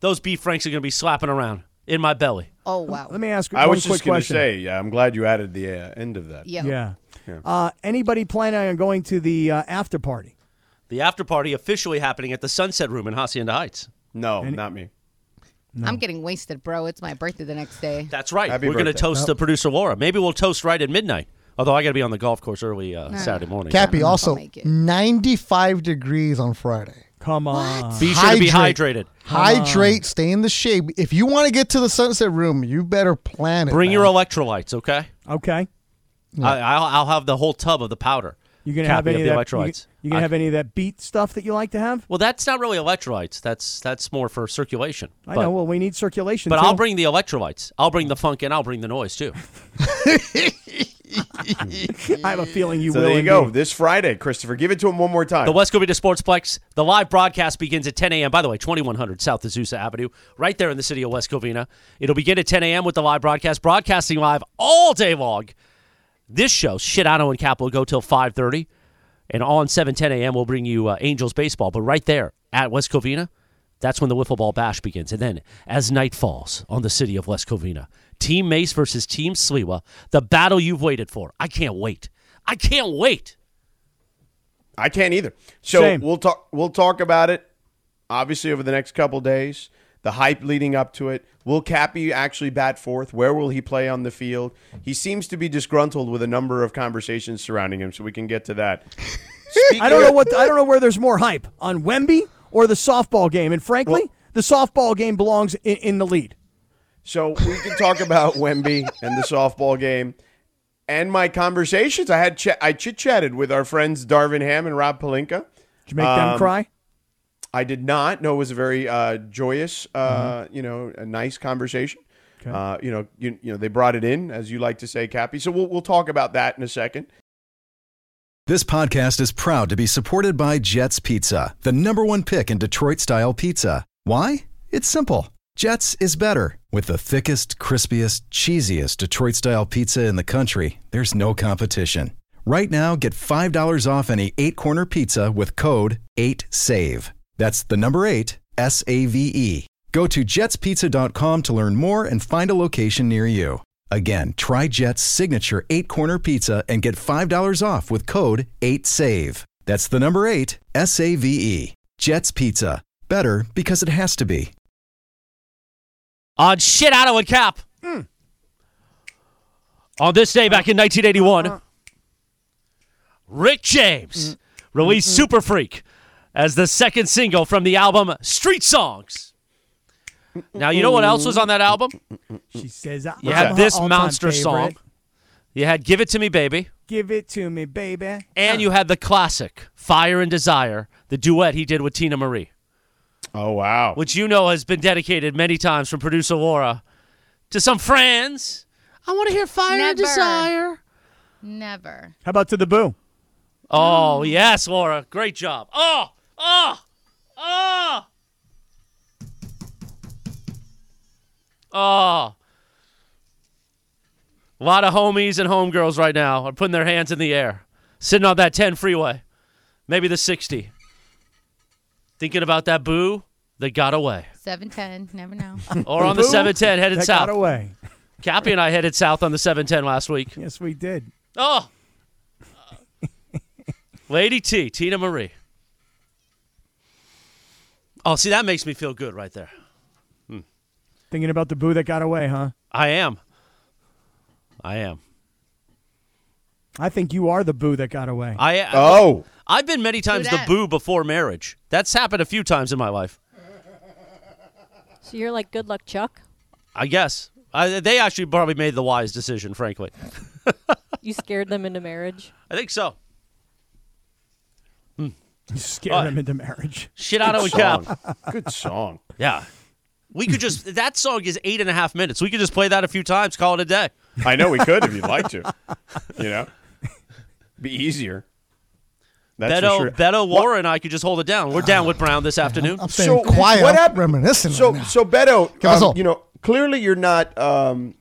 E: those beef franks are gonna be slapping around in my belly.
G: Oh wow.
D: Let me ask
B: I
D: one
B: was
D: quick
B: just gonna
D: question.
B: say. Yeah, I'm glad you added the uh, end of that.
G: Yeah.
D: Yeah. Uh, anybody planning on going to the uh, after party?
E: The after party officially happening at the Sunset Room in Hacienda Heights.
B: No, not me.
G: I'm getting wasted, bro. It's my birthday the next day.
E: That's right.
B: Happy
E: We're going to
B: birthday.
E: toast the producer Laura. Maybe we'll toast right at midnight. Although I got to be on the golf course early uh, Saturday morning.
C: Cappy,
G: I'll
C: also
G: make it.
C: 95 degrees on Friday.
D: Come on.
E: be sure to be hydrated.
C: Hydrate. Stay in the shade. If you want to get to the sunset room, you better plan it.
E: Bring
C: man.
E: your electrolytes, okay?
D: Okay.
E: I, I'll, I'll have the whole tub of the powder.
D: You gonna have
E: Cappy,
D: any of
E: the
D: that? You,
E: electrolytes?
D: you gonna
E: I-
D: have any of that beet stuff that you like to have?
E: Well, that's not really electrolytes. That's that's more for circulation.
D: I
E: But-
D: know. Well, we need circulation.
E: But
D: too.
E: I'll bring the electrolytes. I'll bring the funk and I'll bring the noise too. <laughs>
D: I have a feeling you
B: So
D: will.
B: there you
D: indeed.
B: go. This Friday, Christopher, give it to him one more time.
E: The West Covina Sportsplex. The live broadcast begins at 10 a.m. By the way, 2100 South Azusa Avenue, right there in the city of West Covina. It'll begin at 10 a.m. with the live broadcast, broadcasting live all day long. This show, Shitano and Cap, will go till 5:30, and on 7:10 a.m. we'll bring you uh, Angels baseball. But right there at West Covina, that's when the wiffle ball bash begins. And then, as night falls on the city of West Covina, Team Mace versus Team Sliwa, the battle you've waited for. I can't wait. I can't wait.
B: I can't either. So
D: Same.
B: we'll talk. We'll talk about it. Obviously, over the next couple days, the hype leading up to it. Will Cappy actually bat fourth? Where will he play on the field? He seems to be disgruntled with a number of conversations surrounding him, so we can get to that.
D: I don't know what I don't know where there's more hype on Wemby or the softball game. And frankly, the softball game belongs in, in the lead.
B: So we can talk about Wemby and the softball game and my conversations. I had ch- I chit chatted with our friends Darvin Ham and Rob Palinka.
D: Did you make them
B: Um,
D: cry?
B: I did not. No, it was a very uh, joyous, uh, you know, a nice conversation. Uh, you know, you, you know, they brought it in as you like to say, Cappy. So we'll we'll talk about that in a second.
H: This podcast is proud to be supported by Jets Pizza, the number one pick in Detroit style pizza. Why? It's simple. Jets is better. With the thickest, crispiest, cheesiest Detroit style pizza in the country, there's no competition. Right now, get $5 off any eight corner pizza with code 8SAVE. That's the number eight, S A V E. Go to jetspizza.com to learn more and find a location near you. Again, try Jet's signature eight corner pizza and get $5 off with code 8SAVE. That's the number eight, S A V E. Jet's Pizza. Better because it has
G: <laughs>
H: to be.
E: on shit out of a cap. On this day back in 1981, Rick James released Super Freak as the second single from the album Street Songs. Now, you know what else was on that album?
D: She says, "I'm
E: You had
D: her
E: this
D: all-time
E: monster
D: favorite.
E: song. You had Give It To Me Baby.
D: Give it to me, baby."
E: And you had the classic Fire and Desire, the duet he did with Tina Marie,
B: Oh wow!
E: which you know has been dedicated many times from producer Laura to some friends. I want to hear Fire and
G: Never.
E: Desire.
G: Never.
D: How about to the boo?
E: Oh, yes, Laura. Great job. Oh, oh, oh. Oh. A lot of homies and homegirls right now are putting their hands in the air, sitting on that 10 freeway, maybe the 60. Thinking about that boo that got away.
G: Seven ten. Never know.
E: Or on the
D: Boo
E: 710 headed
D: That
E: south.
D: got away.
E: Cappy and I headed south on the 710 last week.
D: Yes, we did.
E: Oh. Lady T, Tina Marie. Oh, see, that makes me feel good right there.
D: Thinking about the boo that got away, huh?
E: I am. I am.
D: I think you are the boo that got away.
E: I am.
B: Oh,
E: I've been many times the
G: dat?
E: boo before marriage. That's happened a few times in my life.
I: So you're like good luck, Chuck.
E: I guess. I, they actually probably made the wise decision, frankly.
I: You scared them into marriage.
E: I think so.
B: <laughs>
D: You scared
E: Why?
D: him into marriage.
E: Shit out of a cap.
B: good song.
E: Yeah. We could just, that song is eight and a half minutes. We could just play that a few times, call it a day.
B: I know we could if you'd like to. You know, be easier. That's
E: Beto,
B: for sure.
E: Beto, Laura, and I could just hold it down. We're down with
B: <laughs>
E: Brown this afternoon.
C: I'm staying quiet.
B: What
C: I'm
B: happened?
C: Reminiscing.
B: So
C: right now.
B: so Beto,
C: Give us
B: um,
C: all.
B: you know, clearly you're not, um,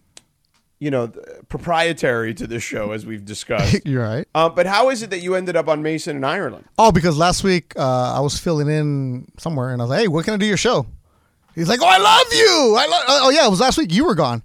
B: you know, th- proprietary to this show as we've discussed.
C: <laughs> you're right.
B: Uh, but how is it that you ended up on Mason in Ireland?
C: Oh, because last week uh, I was filling in somewhere, and I was like, "Hey, what can I do your show?" He's like, "Oh, I love you. I lo- oh yeah, it was last week. You were gone,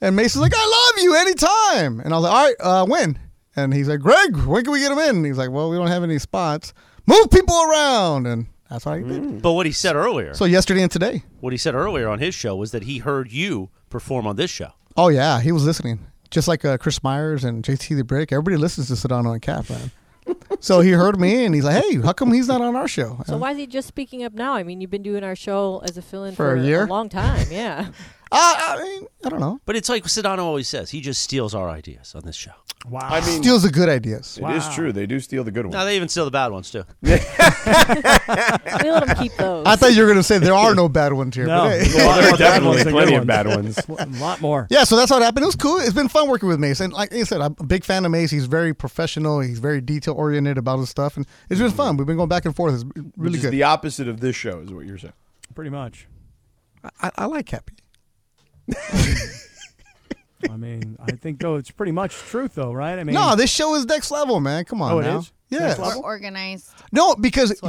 C: and Mason's like, "I love you anytime." And I was like, "All right, uh, when?" And he's like, "Greg, when can we get him in?" And he's like, "Well, we don't have any spots. Move people around," and that's how he did.
E: But what he said earlier,
C: So yesterday and today.
E: what he said earlier on his show was that he heard you perform on this show.
C: Oh yeah, he was listening, just like uh, Chris Myers and JT the Brick. Everybody listens to Sedano and Cap, man. so he heard me, and he's like, "Hey, how come he's not on our show?"
I: So why is he just speaking up now? I mean, you've been doing our show as a fill-in
C: For a year? Uh,
I: long time.
C: <laughs>
I: Yeah.
C: I, I mean, I don't know.
E: But it's like Sedano always says, he just steals our ideas on this show.
D: Wow.
B: I mean,
C: Steals the good ideas.
B: it is true. They do steal the good ones.
E: Now they even steal the bad ones too.
I: we let him keep those.
C: I thought you were gonna say there are no bad ones here.
D: No. <laughs>
C: But hey.
D: A
B: <laughs> there are
D: lot more bad ones
B: definitely
D: than
B: plenty
D: good
B: of bad ones.
D: <laughs> A lot more.
C: Yeah, so that's how it happened. It was cool. It's been fun working with Mace, and like I said, I'm a big fan of Mace. He's very professional. He's very detail oriented about his stuff, and it's been fun. We've been going back and forth. It's
B: Which
C: really
B: is
C: good.
B: the opposite of this show, is what you're saying.
D: Pretty much.
C: I, I like Happy.
D: I mean, I think though it's pretty much truth though, right? I mean,
C: No, this show is next level, man. Come on
D: Oh, it
C: now.
D: is? Next
C: Yeah.
G: We're organized.
C: No, because thi-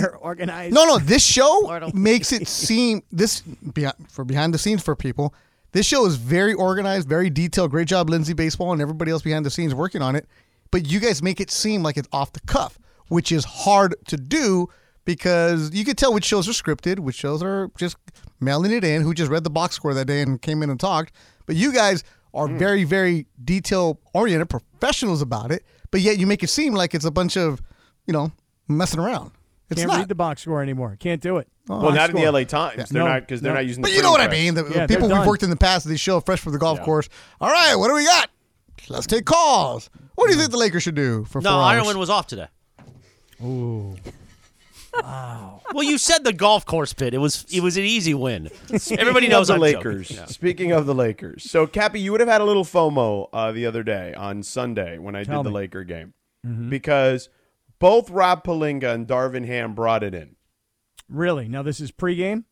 D: we're organized.
C: no, no, this show
G: Lord.
C: makes it seem this behind, for behind the scenes for people. This show is very organized, very detailed. Great job, Lindsay Baseball, and everybody else behind the scenes working on it. But you guys make it seem like it's off the cuff. which is hard to do because you could tell which shows are scripted, which shows are just mailing it in, who just read the box score that day and came in and talked. But you guys are
D: Hmm.
C: very, very detail oriented professionals about it, but yet you make it seem like it's a bunch of, you know, messing around. It's
D: Can't
C: not.
D: read the box score anymore. Can't do it.
B: Well, Oh, not in the LA Times. They're
D: No,
B: not because they're
D: no.
B: not using.
C: But
B: the
C: you know what I
B: printing
C: mean.
B: press.
C: The
D: Yeah,
C: people
D: they're
C: we've
D: done.
C: worked in the past, they show up fresh from the golf course. All right, what do we got? Let's take calls. What do you think the Lakers should do for
E: No,
C: four hours?
E: Ireland was off today. Ooh. <laughs> Wow. Well, you said the golf course bit. It was it was an easy win. Everybody
B: Speaking
E: knows
B: of
E: I'm
B: the
E: joking.
B: Lakers.
E: Yeah.
B: Speaking of the Lakers, so Cappy, you would have had a little FOMO uh, the other day on Sunday when I
D: Tell
B: did the
D: me.
B: Laker game because both Rob Palinga and Darvin Ham brought it in.
D: Really? Now this is pregame.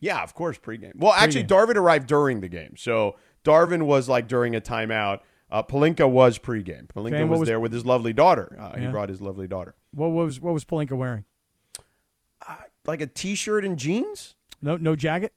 B: Yeah, of course, pregame. Well, actually, Darvin arrived during the game, so Darvin was like during a timeout. Uh, Palinka was pregame. Palinka
D: Okay, and what
B: was,
D: was-
B: there with his lovely daughter. Uh, He
D: Yeah.
B: brought his lovely daughter,
D: What was what was Palinka wearing?
B: like a t-shirt and jeans.
D: No, no jacket.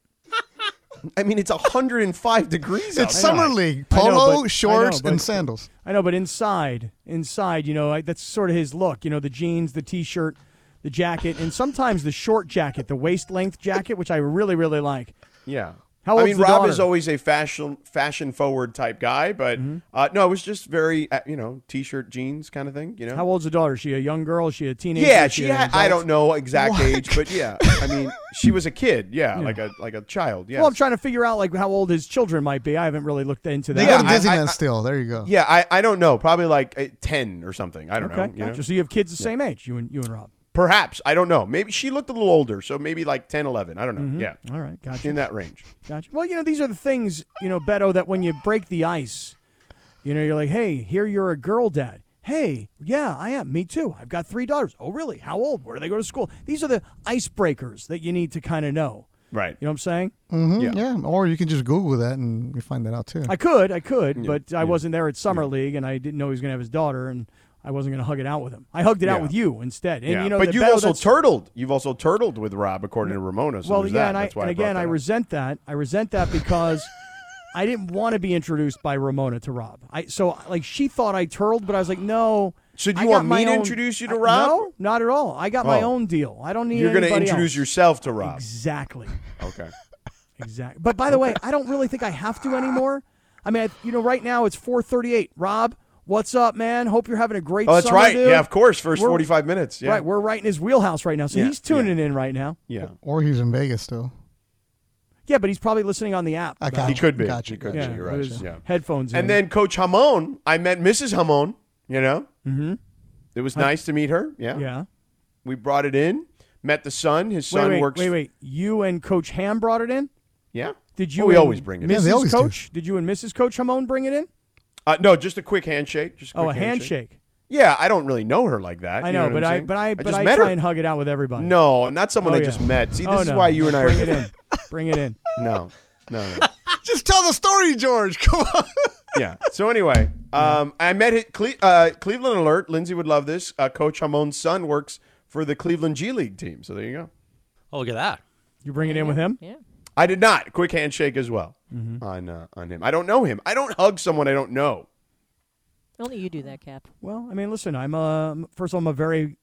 B: I mean, it's 105 degrees
C: it's
B: outside.
C: summer league.
D: I know,
C: Polo,
D: but- I
C: shorts,
D: know,
C: and
D: but-
C: sandals.
D: I know, but inside, inside, you know, I, that's sort of his look. You know, the jeans, the t-shirt, the jacket, and sometimes the short jacket, the waist length jacket, which I really, really like.
B: Yeah.
D: How
B: I
D: old's
B: mean,
D: the
B: Rob
D: daughter? Mm-hmm.
B: is always a fashion fashion forward type guy, but uh, no, it was just very uh, you know t-shirt jeans kind of thing. You know.
D: How old's the daughter? Is she a young girl? Is she a teenager?
B: yeah,
D: Is
B: she.
D: an
B: Had, I
D: adult?
B: don't know exact age, but yeah, I mean, she was a kid. Yeah, like a like a child. Yeah.
D: Well, I'm trying to figure out like how old his children might be. I haven't really looked into
C: They
D: that.
C: go to
B: I-
C: Disneyland
B: I- I-
C: still. There you go.
B: yeah, I, I don't know. Probably like uh, ten or something. I don't
D: okay,
B: know. you know?
D: gotcha. So you have kids the same age, you and you and Rob.
B: Perhaps I don't know. Maybe she looked a little older, so maybe like 10, 11. I don't know. Yeah,
D: Mm-hmm. All right, gotcha.
B: in that range.
D: Gotcha. Well, you know, these are the things, you know, Beto, that when you break the ice, you know, you're like, hey, here you're a girl dad. Hey, yeah, I am. Me too. I've got three daughters. Oh, really? How old? Where do they go to school? These are the icebreakers that you need to kind of know.
B: Right.
D: You know what I'm saying?
C: Mhm,
B: Yeah.
C: yeah. Or you can just Google that and you find that out too.
D: I could, I could, but I wasn't there at Summer League and I didn't know he was going to have his daughter and I wasn't going to hug it out with him. I hugged it out
B: Yeah.
D: with you instead. And
B: yeah.
D: you know,
B: but
D: that
B: you've
D: Beto,
B: also
D: that's-
B: turtled. You've also turtled with Rob, according to Ramona. So
D: well,
B: there's
D: yeah,
B: that.
D: and, I,
B: That's why
D: and
B: I brought
D: again,
B: that
D: I
B: up.
D: resent that. I resent
B: <laughs>
D: that because I didn't want to be introduced by Ramona to Rob. I so like she thought I turtled, but I was like, no.
B: So do
D: I
B: you
D: got
B: want me
D: my
B: to
D: own-
B: introduce you to
D: I-
B: Rob?
D: No, not at all. I got my
B: Oh.
D: own deal. I don't need.
B: You're
D: going
B: going to
D: to
B: introduce yourself to Rob.
D: Exactly.
B: Okay.
D: Exactly. But by the way, I don't really think I have to anymore. I mean, I, you know, right now it's 4:38. Rob, what's up, man? Hope you're having a great.
B: Oh, that's
D: summer,
B: right.
D: dude.
B: Yeah, of course. 1st
D: We're-
B: 45 minutes. Yeah.
D: Right, we're right in his wheelhouse right now, so
B: Yeah,
D: he's tuning in right now.
B: yeah.
C: or he's in Vegas still.
D: Yeah, but he's probably listening on the app.
C: I got
B: He could be.
C: Gotcha.
B: He could
D: Yeah,
B: be. You're
D: with
B: right.
D: his
B: Yeah.
D: headphones. in.
B: And then Coach Hamon, I met Mrs. Hamon, you know? Mm-hmm. It was nice to meet her. Yeah.
D: yeah.
B: We brought it in, met the son. His
D: Wait,
B: son
D: wait,
B: works.
D: wait, wait. You and Coach Ham brought it in.
B: Yeah.
D: Did you?
B: Well, we
D: and
B: always bring it
D: Mrs.
B: in.
C: Yeah, they always do.
D: Coach. Did you and Mrs. Coach Hamon bring it in?
B: Uh, no, just a quick handshake. Just a
D: Oh, a
B: quick
D: handshake.
B: Yeah, I don't really know her like that.
D: I
B: you
D: know,
B: what
D: but
B: I'm
D: I,
B: saying?
D: but I, but
B: just
D: I
B: met
D: try
B: her.
D: and hug it out with everybody.
B: No, not someone
D: Oh,
B: I
D: yeah.
B: just met. See, this
D: Oh,
B: is
D: no.
B: why you and I are
D: bring it
B: different.
D: in. Bring it in.
B: No, no, no.
C: Just tell the story, George. Come on.
B: yeah. So anyway, um, I met his, Cle- uh, Cleveland Alert. Lindsay would love this. Uh, Coach Hamon's son works for the Cleveland G League team. So there you go.
E: Oh, look at that.
D: You bring it in with him.
I: Yeah.
B: I did not quick handshake as well on uh, on him. I don't know him. I don't hug someone I don't know.
I: Only you do that, Cap.
D: Well, I mean, listen. I'm a first of all, I'm a very,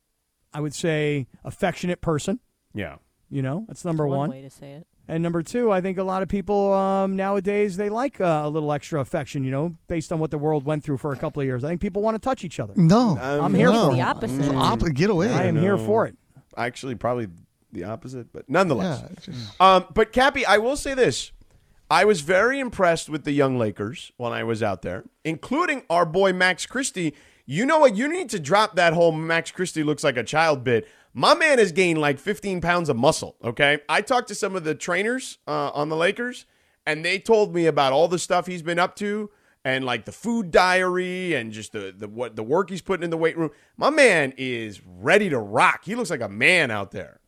D: I would say, affectionate person.
B: Yeah.
D: You know, that's number
I: One
D: one.
I: way to say it.
D: And number two, I think a lot of people um, nowadays they like uh, a little extra affection. You know, based on what the world went through for a couple of years. I think people want to touch each other.
C: No.
D: I'm here
C: no. Mm.
D: for
I: The opposite.
D: it.
C: Op- get away.
D: I am here for it.
B: Actually, probably the opposite, but nonetheless.
C: Yeah, just-
B: Um, but Cappy, I will say this: I was very impressed with the young Lakers when I was out there, including our boy Max Christie. You know what? You need to drop that whole Max Christie looks like a child bit. My man has gained like 15 pounds of muscle. Okay, I talked to some of the trainers uh, on the Lakers, and they told me about all the stuff he's been up to. And like the food diary and just the, the what the work he's putting in the weight room. My man is ready to rock. He looks like a man out there.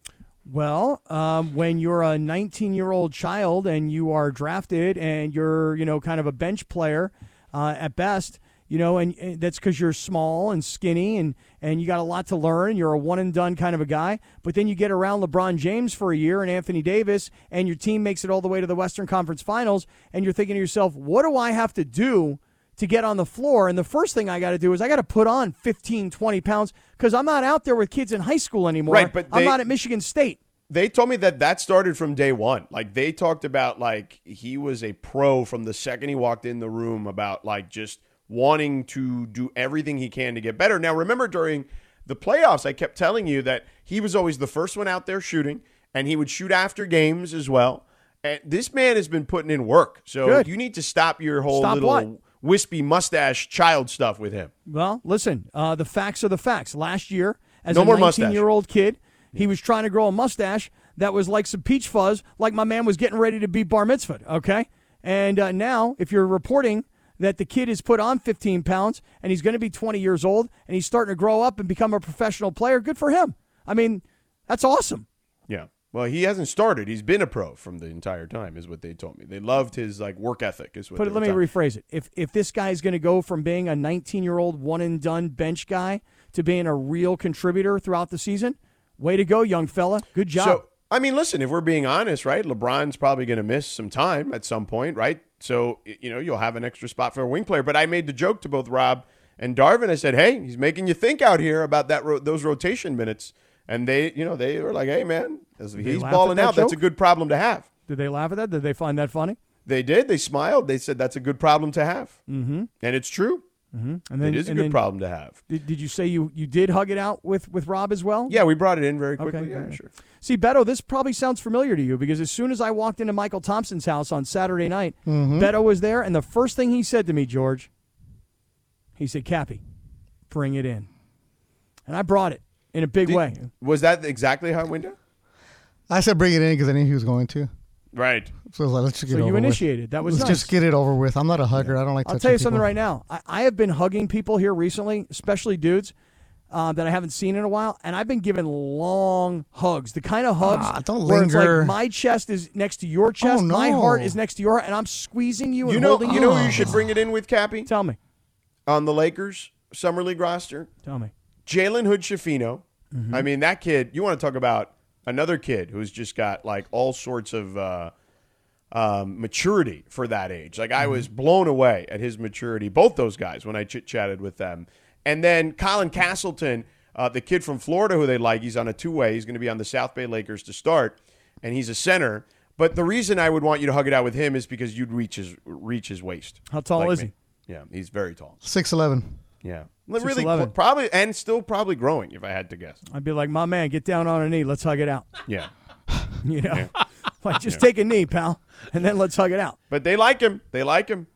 D: Well, um, when you're a 19 year old child and you are drafted and you're, you know, kind of a bench player uh, at best, you know, and, and that's because you're small and skinny and, and you got a lot to learn. You're a one and done kind of a guy. But then you get around LeBron James for a year and Anthony Davis, and your team makes it all the way to the Western Conference Finals. And you're thinking to yourself, what do I have to do to get on the floor. And the first thing I got to do is I got to put on 15, 20 pounds because I'm not out there with kids in high school anymore.
B: Right, but
D: I'm
B: they-
D: not at Michigan State.
B: They told me that that started from day one. Like they talked about, like he was a pro from the second he walked in the room about like just wanting to do everything he can to get better. Now remember during the playoffs, I kept telling you that he was always the first one out there shooting, and he would shoot after games as well. And this man has been putting in work, so
D: Good.
B: you need to stop your whole
D: Stop
B: little
D: what?
B: wispy mustache child stuff with him.
D: Well, listen, uh, the facts are the facts. Last year, as
B: No
D: a
B: more mustache.
D: 19 year old kid, he was trying to grow a mustache that was like some peach fuzz, like my man was getting ready to be bar mitzvahed. Okay. And uh, now, if you're reporting that the kid has put on 15 pounds and he's going to be 20 years old and he's starting to grow up and become a professional player, good for him. I mean, that's awesome.
B: Yeah. Well, he hasn't started. He's been a pro from the entire time, is what they told me. They loved his like work ethic. Is what.
D: Put
B: they
D: it,
B: were
D: let
B: telling
D: me rephrase it. If if this guy is going to go from being a 19 year old one and done bench guy to being a real contributor throughout the season, way to go, young fella. Good job.
B: So, I mean, listen, if we're being honest, right? LeBron's probably going to miss some time at some point, right? So, y- you know, you'll have an extra spot for a wing player. But I made the joke to both Rob and Darvin. I said, "Hey, he's making you think out here about that ro- those rotation minutes." And they, you know, they were like, "Hey, man, as
D: they
B: he's
D: laugh at
B: balling
D: that
B: out. That's a
D: joke?
B: good problem to have."
D: Did they laugh at that? Did they find that funny?
B: They did. They smiled. They said, "That's a good problem to have,"
D: Mm-hmm.
B: and it's true.
D: Mm-hmm. And
B: it is a
D: and
B: good problem to have.
D: Did, did you say you, you did hug it out with, with Rob as well?
B: Yeah, we brought it in very
D: Okay,
B: quickly. yeah,
D: got it.
B: sure.
D: See, Beto, this probably sounds familiar to you because as soon as I walked into Michael Thompson's house on Saturday night,
B: Mm-hmm.
C: Mhm.
D: Beto was there, and the first thing he said to me, George, he said, Cappy, bring it in. And I brought it in a big way.
B: Was that exactly how it went down?
C: I said bring it in because I knew he was going to.
B: Right.
C: So I was like, let's just get
D: So
C: it
D: you
C: over with.
D: initiated. That was
C: let's
D: nice.
C: just get it over with. I'm not a hugger. I don't like.
D: I'll
C: touching
D: tell you something
C: people.
D: right now. I, I have been hugging people here recently, especially dudes uh, that I haven't seen in a while, and I've been giving long hugs. The kind of hugs
C: Ah, don't
D: where it's
C: linger.
D: like my chest is next to your chest, my heart
C: no.
D: is next to your heart, and I'm squeezing you,
B: You
D: and
B: know,
D: holding
B: you
D: you
B: know who you should bring it in with, Cappy?
D: Oh. Tell me.
B: On the Lakers summer league roster,
D: Tell me.
B: Jalen Hood Shafino.
D: Mm-hmm.
B: I mean, that kid. You want to talk about another kid who's just got like all sorts of uh, um, maturity for that age. Like
D: Mm-hmm.
B: I was blown away at his maturity. Both those guys when I chit chatted with them, and then Colin Castleton, uh, the kid from Florida who they like. He's on a two way. He's going to be on the South Bay Lakers to start, and he's a center. But the reason I would want you to hug it out with him is because you'd reach his reach his waist.
D: How tall is
B: he? Yeah, he's very tall.
C: Six eleven.
B: Yeah.
D: Six
B: Really,
D: eleven.
B: probably, and still probably growing, if I had to guess.
D: I'd be like, my man, get down on a knee. Let's hug it out. <laughs>
B: Yeah.
D: You know, <laughs> like just
B: Yeah.
D: take a knee, pal, and then let's hug it out.
B: But they like him. They like him.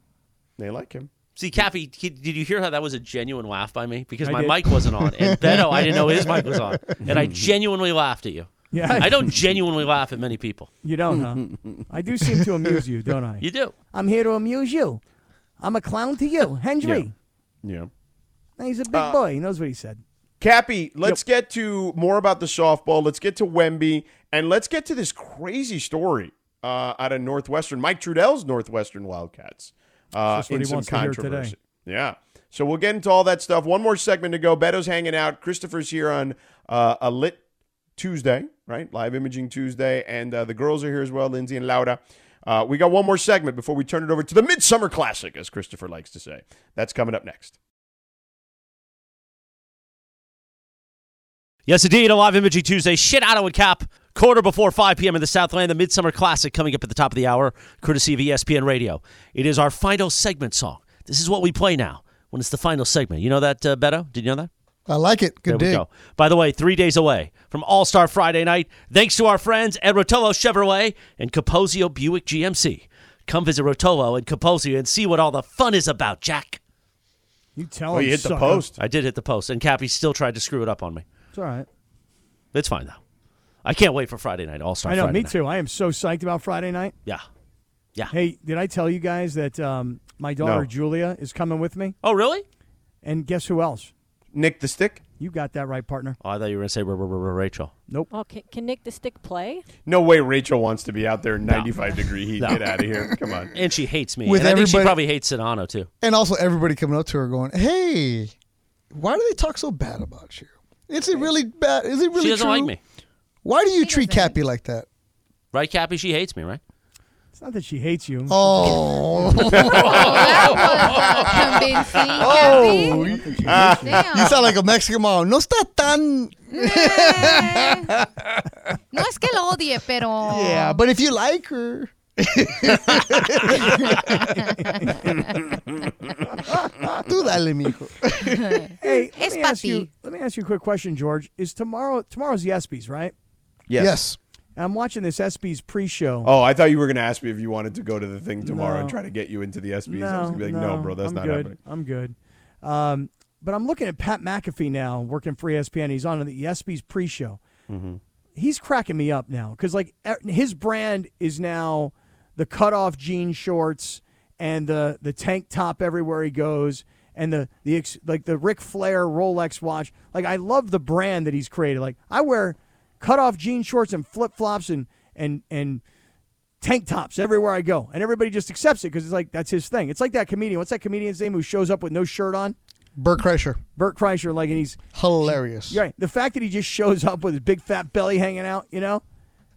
B: They like him.
E: See, Cappy, he- did you hear how that was a genuine laugh by me? Because
D: I
E: my
D: did.
E: mic wasn't on. <laughs> And Beto, I didn't know his mic was on. And <laughs> I genuinely laughed at you.
D: Yeah.
E: I don't genuinely laugh at many people.
D: You don't,
B: <laughs>
D: huh? I do seem to amuse you, don't I?
E: You do.
D: I'm here to amuse you. I'm a clown to <laughs> you, Henry.
B: Yeah.
D: He's a big boy. He knows what he said.
B: Cappy, let's get to more about the softball. Let's get to Wemby, and let's get to this crazy story uh, out of Northwestern, Mike Trudell's Northwestern Wildcats uh,
D: That's what
B: in
D: he
B: some
D: wants to hear today.
B: controversy. Yeah. So we'll get into all that stuff. One more segment to go. Beto's hanging out. Christopher's here on uh, a lit Tuesday, right? Live Imaging Tuesday, and uh, the girls are here as well, Lindsay and Laura. Uh, we got one more segment before we turn it over to the Midsummer Classic, as Christopher likes to say. That's coming up next.
E: Yes, indeed. A live Imagery Tuesday. Shit, Ottawa Cap. Quarter before 5 p.m. in the Southland, the Midsummer Classic coming up at the top of the hour, courtesy of E ESPN Radio. It is our final segment song. This is what we play now when it's the final segment. You know that, uh, Beto? Did you know that?
C: I like it. Good
E: there
C: dig.
E: we go. By the way, three days away from All Star Friday night. Thanks to our friends at Rotolo Chevrolet and Capozio Buick GMC. Come visit Rotolo and Capozio and see what all the fun is about, Jack.
D: You tell
B: Oh,
D: him.
B: you hit the
D: sucker.
B: post.
E: I did hit the post, and Cappy still tried to screw it up on me.
D: It's all right.
E: It's fine though. I can't wait for Friday night All Star.
D: I know.
E: Friday
D: Me too. I am so psyched about Friday night.
E: Night. Yeah. Yeah.
D: Hey, did I tell you guys that um, my daughter
B: No.
D: Julia is coming with me?
E: Oh, really?
D: And guess who else?
B: Nick the Stick?
D: You got that right, partner.
E: Oh, I thought you were gonna say r- r- r- r- Rachel.
D: Nope.
I: Oh, can, can Nick the Stick play?
B: No way Rachel wants to be out there in 95 degree heat.
E: No.
B: Get out of here. Come on.
E: And she hates me.
C: With
E: and I think she
C: everybody-
E: probably hates Sedano too.
C: And also everybody coming up to her going, "Hey, why do they talk so bad about you? Is it really bad? Is it really
E: she doesn't
C: true?
E: like me.
C: Why do you treat Cappy like that?
E: Right, Cappy? She hates me, right?
D: It's not that she hates you.
C: Oh.
G: Oh,
C: you sound like a Mexican mom. No está tan.
G: No es que lo odie, pero.
C: Yeah, but if you like
E: <laughs>
C: her. Tú dale, mijo.
D: Hey, let
G: Es
D: me
G: pa'
D: ask you.
G: ti.
D: Let me ask you a quick question, George. Is tomorrow tomorrow's the ESPYS, right?
B: Yes.
D: I'm watching this ESPYS pre-show.
B: Oh, I thought you were going to ask me if you wanted to go to the thing tomorrow and
D: No.
B: try to get you into the SBs. I was going to be like, no, bro, that's
D: I'm
B: not
D: good.
B: happening.
D: I'm good. Um, but I'm looking at Pat McAfee now, working for E ESPN. He's on the ESPYS pre-show.
B: Mm-hmm.
D: He's cracking me up now because like er- his brand is now the cutoff jean shorts and the the tank top everywhere he goes and the the ex, like the Ric Flair Rolex watch. Like I love the brand that he's created. Like I wear cutoff jean shorts and flip flops and and and tank tops everywhere I go, and everybody just accepts it because it's like that's his thing. It's like that comedian. What's that comedian's name who shows up with no shirt on?
C: Burt Kreischer.
D: Burt Kreischer. Like, and he's
C: Hilarious.
D: you're right. The fact that he just shows up with his big fat belly hanging out, you know,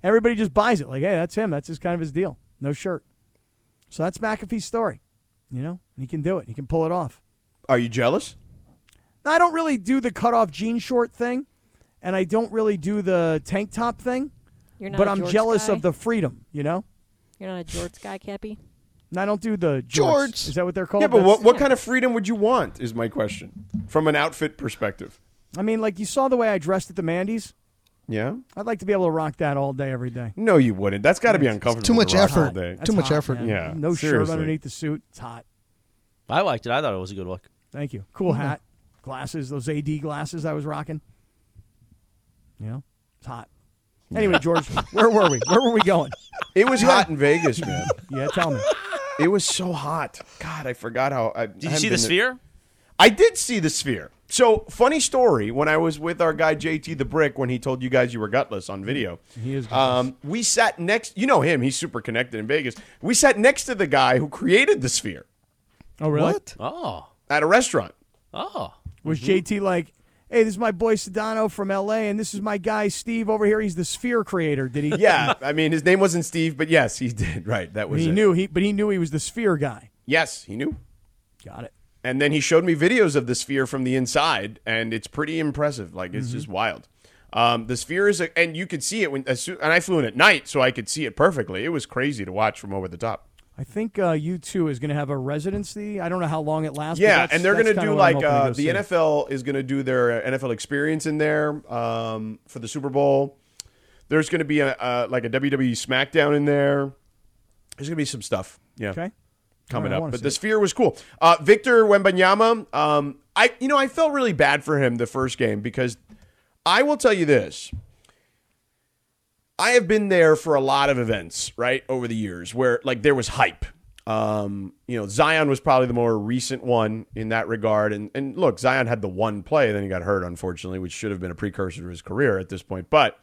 D: everybody just buys it. Like, hey, that's him. That's just kind of his deal. No shirt. So that's McAfee's story, you know, and he can do it. He can pull it off.
B: Are you jealous?
D: Now, I don't really do the cutoff jean short thing, and I don't really do the tank top thing,
I: You're not
D: but
I: a
D: I'm
I: jorts
D: jealous
I: guy?
D: of the freedom, you know.
I: You're not a jorts guy, Cappy.
D: And I don't do the jorts.
C: Jorts.
D: Is that what they're called?
B: yeah, but
D: Oh, That's-
B: what, what kind of freedom would you want is my question from an outfit perspective.
D: I mean, like you saw the way I dressed at the Mandy's.
B: Yeah?
D: I'd like to be able to rock that all day, every day.
B: No, you wouldn't. That's got to be uncomfortable.
C: Too much
B: to rock all
C: effort.
D: <laughs>
B: day.
D: That's
C: Too much
D: hot,
C: effort.
D: man.
B: Yeah,
D: No
B: seriously.
D: shirt underneath the suit. It's hot.
E: I liked it. I thought it was a good look.
D: Thank you. Cool
C: Mm-hmm.
D: hat, glasses, those AD glasses I was rocking. You know, it's hot. Anyway,
B: <laughs>
D: George, where were we? Where were we going?
B: It was hot in Vegas, man.
D: Yeah, tell me.
B: It was so hot. God, I forgot how. I,
E: Did you see the sphere?
B: I did see the sphere. So funny story. When I was with our guy JT the Brick, when he told you guys you were gutless on video, he
D: is gutless.
B: Um, we sat next. You know him. He's super connected in Vegas. We sat next to the guy who created the sphere
D: Oh, really?
E: Oh,
B: at a restaurant.
E: oh.
D: Was
B: Mm-hmm.
D: JT like, hey, this is my boy Sedano from LA, and this is my guy Steve over here. He's the sphere creator. Did he? <laughs>
B: Yeah, I mean his name wasn't Steve, but yes, he did. <laughs> Right, that was
D: He
B: it.
D: knew he, but he knew he was the sphere guy.
B: Yes, he knew.
D: Got it.
B: And then he showed me videos of the sphere from the inside, and it's pretty impressive. Like it's
D: Mm-hmm.
B: just wild. Um, the sphere is, a, and you could see it when, as soon, and I flew in at night, so I could see it perfectly. It was crazy to watch from over the top.
D: I think uh, you two is going to have a residency. I don't know how long it lasts. but
B: Yeah,
D: that's-
B: and they're
D: that's
B: going to
D: kinda
B: do
D: what I'm
B: like
D: hoping to
B: uh,
D: go
B: the
D: see.
B: NFL is going to do their uh, NFL experience in there um, for the Super Bowl. There's going to be a uh, like a WWE SmackDown in there. There's going to be some stuff. Yeah.
D: Okay.
B: coming
D: All right, I
B: up.
D: wanna
B: But
D: see
B: the
D: it.
B: sphere was cool. Uh, Victor Wembanyama, um, I you know I felt really bad for him the first game because I will tell you this. I have been there for a lot of events, right, over the years where like there was hype. Um, you know, Zion was probably the more recent one in that regard. And and look, Zion had the one play, then he got hurt, unfortunately, which should have been a precursor to his career at this point. But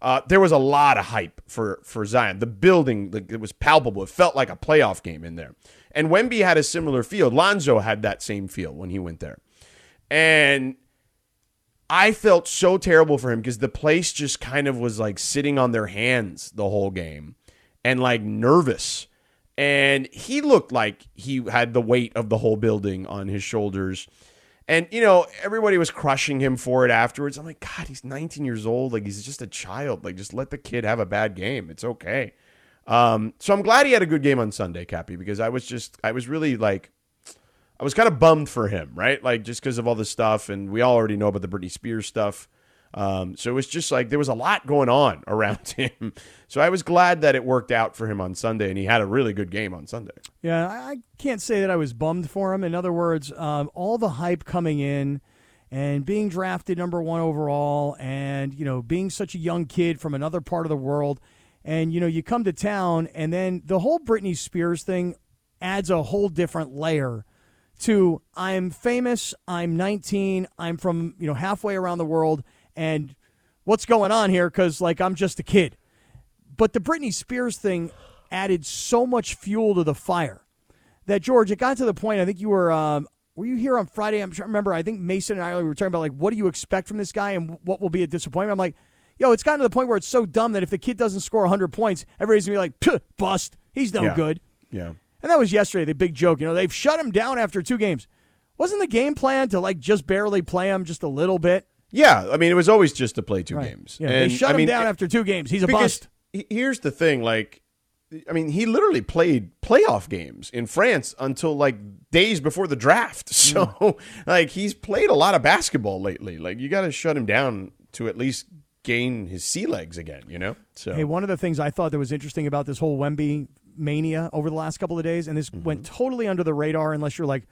B: uh, there was a lot of hype for for Zion. The building, like, it was palpable. It felt like a playoff game in there. And Wemby had a similar feel. Lonzo had that same feel when he went there. And I felt so terrible for him because the place just kind of was like sitting on their hands the whole game and like nervous. And he looked like he had the weight of the whole building on his shoulders. And, you know, everybody was crushing him for it afterwards. I'm like, God, he's 19 years old. Like, he's just a child. Like, just let the kid have a bad game. It's okay. Um, so I'm glad he had a good game on Sunday, Cappy, because I was just, I was really like, I was kind of bummed for him, right? Like just because of all this stuff, and we all already know about the Britney Spears stuff. Um, so it was just like there was a lot going on <laughs> around him. So I was glad that it worked out for him on Sunday, and he had a really good game on Sunday.
D: Yeah, I I can't say that I was bummed for him. In other words, um, all the hype coming in and being drafted number one overall, and you know, being such a young kid from another part of the world, and you know, you come to town, and then the whole Britney Spears thing adds a whole different layer to I'm famous, I'm 19, I'm from you know halfway around the world, and what's going on here? Because like I'm just a kid but the Britney Spears thing added so much fuel to the fire that George, it got to the point. I think you were um, were you here on Friday? I'm sure. Remember, I think Mason and I were talking about like what do you expect from this guy and what will be a disappointment. I'm like, yo, it's gotten to the point where it's so dumb that if the kid doesn't score 100 points, everybody's gonna be like, "Phew, bust. He's no
B: Yeah.
D: good.
B: Yeah.
D: And that was yesterday, the big joke. You know, they've shut him down after two games. Wasn't the game plan to like just barely play him just a little bit?
B: Yeah, I mean, it was always just to play two games.
D: Yeah, they shut him down after two games. He's a
B: because
D: bust.
B: he- Here's the thing, like, I mean, he literally played playoff games in France until like days before the draft. <laughs>
D: Hmm.
B: So, like, he's played a lot of basketball lately. Like, you got to shut him down to at least gain his sea legs again. You know? So,
D: Hey, one of the things I thought that was interesting about this whole Wemby mania over the last couple of days, and this
B: Mm-hmm.
D: went totally under the radar unless you're like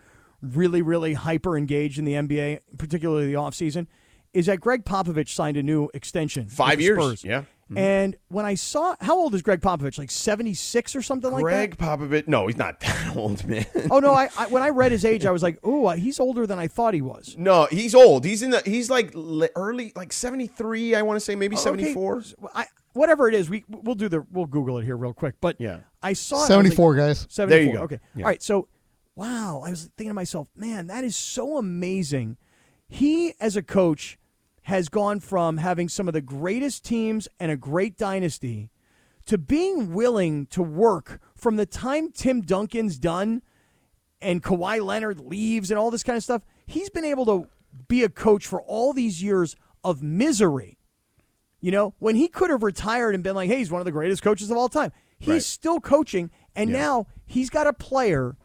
D: really, really hyper engaged in the NBA, particularly the offseason, is that Greg Popovich signed a new extension. with
B: five
D: the
B: years.
D: Spurs.
B: Yeah. Mm-hmm.
D: And when I saw, how old is Greg Popovich? Like 76 or something like that?
B: Greg Popovich. No, he's not <laughs> that old, man.
D: oh no! I, I when I read his age, I was like, "Oh, he's older than I thought he was."
B: No, he's old. He's in the. He's like le- early, like seventy three. I want to say maybe
D: Oh, Uh, Okay.
B: seventy four.
D: I, whatever it is, we we'll do the we'll Google it here real quick. But
B: yeah,
D: I saw it, I was like-
C: 74, guys.
D: Seventy-four.
C: There you go.
D: Okay.
C: Yeah.
D: All right. So, wow. I was thinking to myself, man, that is so amazing. He, as a coach, has gone from having some of the greatest teams and a great dynasty to being willing to work from the time Tim Duncan's done and Kawhi Leonard leaves and all this kind of stuff. He's been able to be a coach for all these years of misery. You know, when he could have retired and been like, hey, he's one of the greatest coaches of all time, he's
J: Right.
D: still coaching. And now he's got a player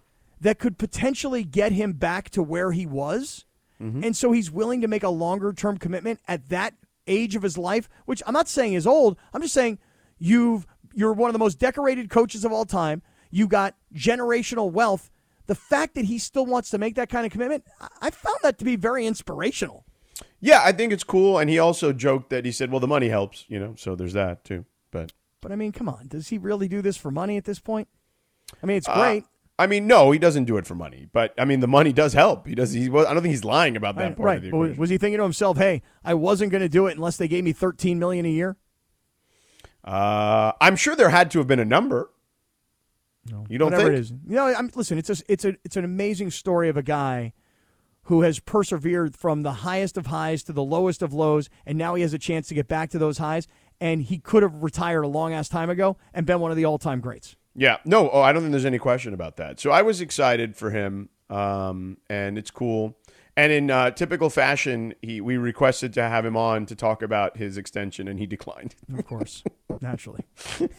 D: that could potentially get him back to where he was. And so he's willing to make a longer term commitment at that age of his life, which I'm not saying is old. I'm just saying you've you're one of the most decorated coaches of all time. You got generational wealth. The fact that he still wants to make that kind of commitment, I- I found that to be very inspirational.
B: Yeah, I think it's cool. And he also joked that he said, "Well, the money helps," you know. So there's that too. But
D: But I mean, come on, does he really do this for money at this point? I mean, it's
B: uh,
D: great.
B: I mean, no, he doesn't do it for money. But I mean, the money does help. He does. He. well, I don't think he's lying about that
D: Right,
B: part. Of
D: right.
B: the
D: But
B: equation.
D: was he thinking to himself, "Hey, I wasn't going to do it unless they gave me 13 million a year"?
B: Uh, I'm sure there had to have been a number. No, you don't
D: whatever
B: think?
D: it is. You know, I'm, listen, it's a, it's a, it's an amazing story of a guy who has persevered from the highest of highs to the lowest of lows, and now he has a chance to get back to those highs. And he could have retired a long ass time ago and been one of the all time greats.
B: Yeah. No, oh, I don't think there's any question about that. So I was excited for him, um, and it's cool. And in uh, typical fashion, he we requested to have him on to talk about his extension, and he <laughs> declined.
D: Of course, naturally. <laughs>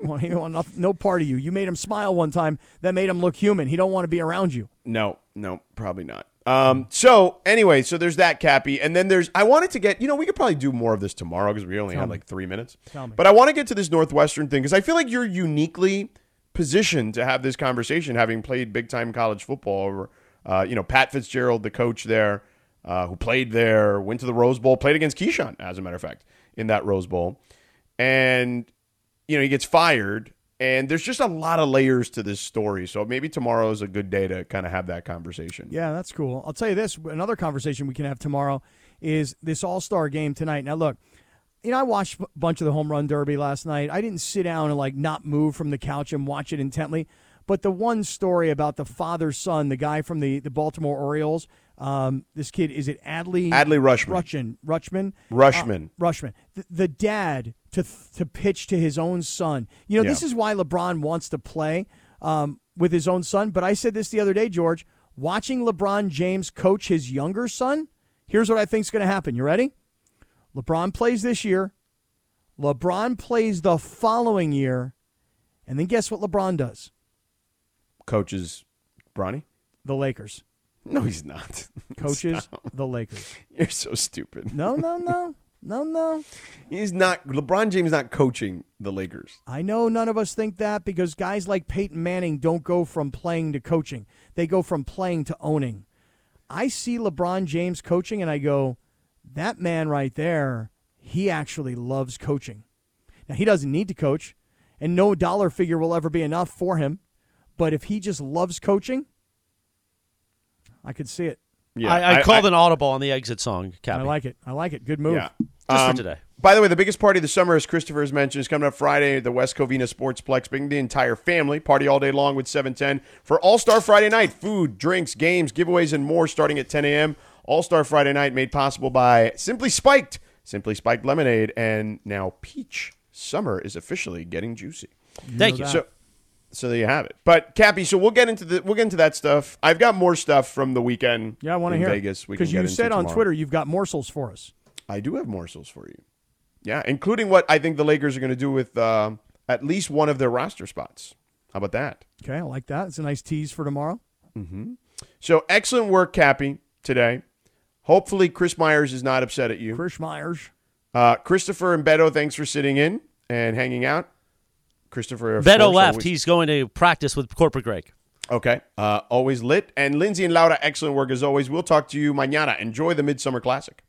D: Well, he don't want noth- no part of you. You made him smile one time. That made him look human. He don't want to be around you.
B: No, no, probably not. Um, so anyway, so there's that Cappy, and then there's I wanted to get you know we could probably do more of this tomorrow because we only
D: Tell
B: had
D: me.
B: like three minutes.
D: Tell me.
B: But I want to get to this Northwestern thing because I feel like you're uniquely positioned to have this conversation, having played big time college football. Over, uh, you know, Pat Fitzgerald, the coach there, uh, who played there, went to the Rose Bowl, played against Keyshawn, as a matter of fact, in that Rose Bowl, and you know he gets fired. And there's just a lot of layers to this story, so maybe tomorrow is a good day to kind of have that conversation.
D: Yeah, that's cool. I'll tell you this another conversation we can have tomorrow is this All Star game tonight. Now, look, you know, I watched a bunch of the home run derby last night. I didn't sit down and like not move from the couch and watch it intently. But the one story about the father son, the guy from the, the Baltimore Orioles, um, this kid, is it Adley?
B: Adley
D: Rushman. Rutschman. Rutschman.
B: Rushman.
D: Uh, Rushman. The, the dad to, to pitch to his own son. You know,
B: Yeah.
D: this is why LeBron wants to play um, with his own son. But I said this the other day, George. Watching LeBron James coach his younger son, here's what I think's going to happen. You ready? LeBron plays this year. LeBron plays the following year. And then guess what LeBron does?
B: Coaches, Bronny?
D: The Lakers.
B: No, he's not. <laughs>
D: Coaches the Lakers.
B: You're so stupid.
D: No, no, no. No, no.
B: He's not. LeBron James is not coaching the Lakers.
D: I know none of us think that because guys like Peyton Manning don't go from playing to coaching. They go from playing to owning. I see LeBron James coaching and I go, that man right there, he actually loves coaching. Now, he doesn't need to coach, and no dollar figure will ever be enough for him. But if he just loves coaching, I could see it.
E: I, I, called an audible on the exit song, Cap.
D: I like it. I like it. Good move.
B: Yeah.
E: Just for
B: Um,
E: today.
B: By the way, the biggest party of the summer, as Christopher has mentioned, is coming up Friday at the West Covina Sportsplex. Bring the entire family. Party all day long with 710 for All Star Friday night. Food, drinks, games, giveaways, and more starting at 10 a.m. All Star Friday night made possible by Simply Spiked, Simply Spiked Lemonade, and now Peach. Summer is officially getting juicy.
E: Thank you.
B: So, So there you have it. But Cappy, so we'll get into the we'll get into that stuff. I've got more stuff from the weekend.
D: Yeah, I want to
B: in
D: hear
B: Vegas. We can
D: because you
B: get into
D: said on
B: tomorrow.
D: Twitter you've got morsels for us.
B: I do have morsels for you. Yeah, including what I think the Lakers are going to do with uh, at least one of their roster spots. How about that?
D: Okay, I like that. It's a nice tease for tomorrow.
B: Mm-hmm. So excellent work, Cappy, today. Hopefully, Chris Myers is not upset at you.
D: Chris Myers.
B: Uh, Christopher and Beto, thanks for sitting in and hanging out. Christopher. of course,
E: Beto left.
B: always-
E: He's going to practice with Corporate Greg.
B: Okay. Uh, always lit. And Lindsay and Laura, excellent work as always. We'll talk to you mañana. Enjoy the Midsummer Classic.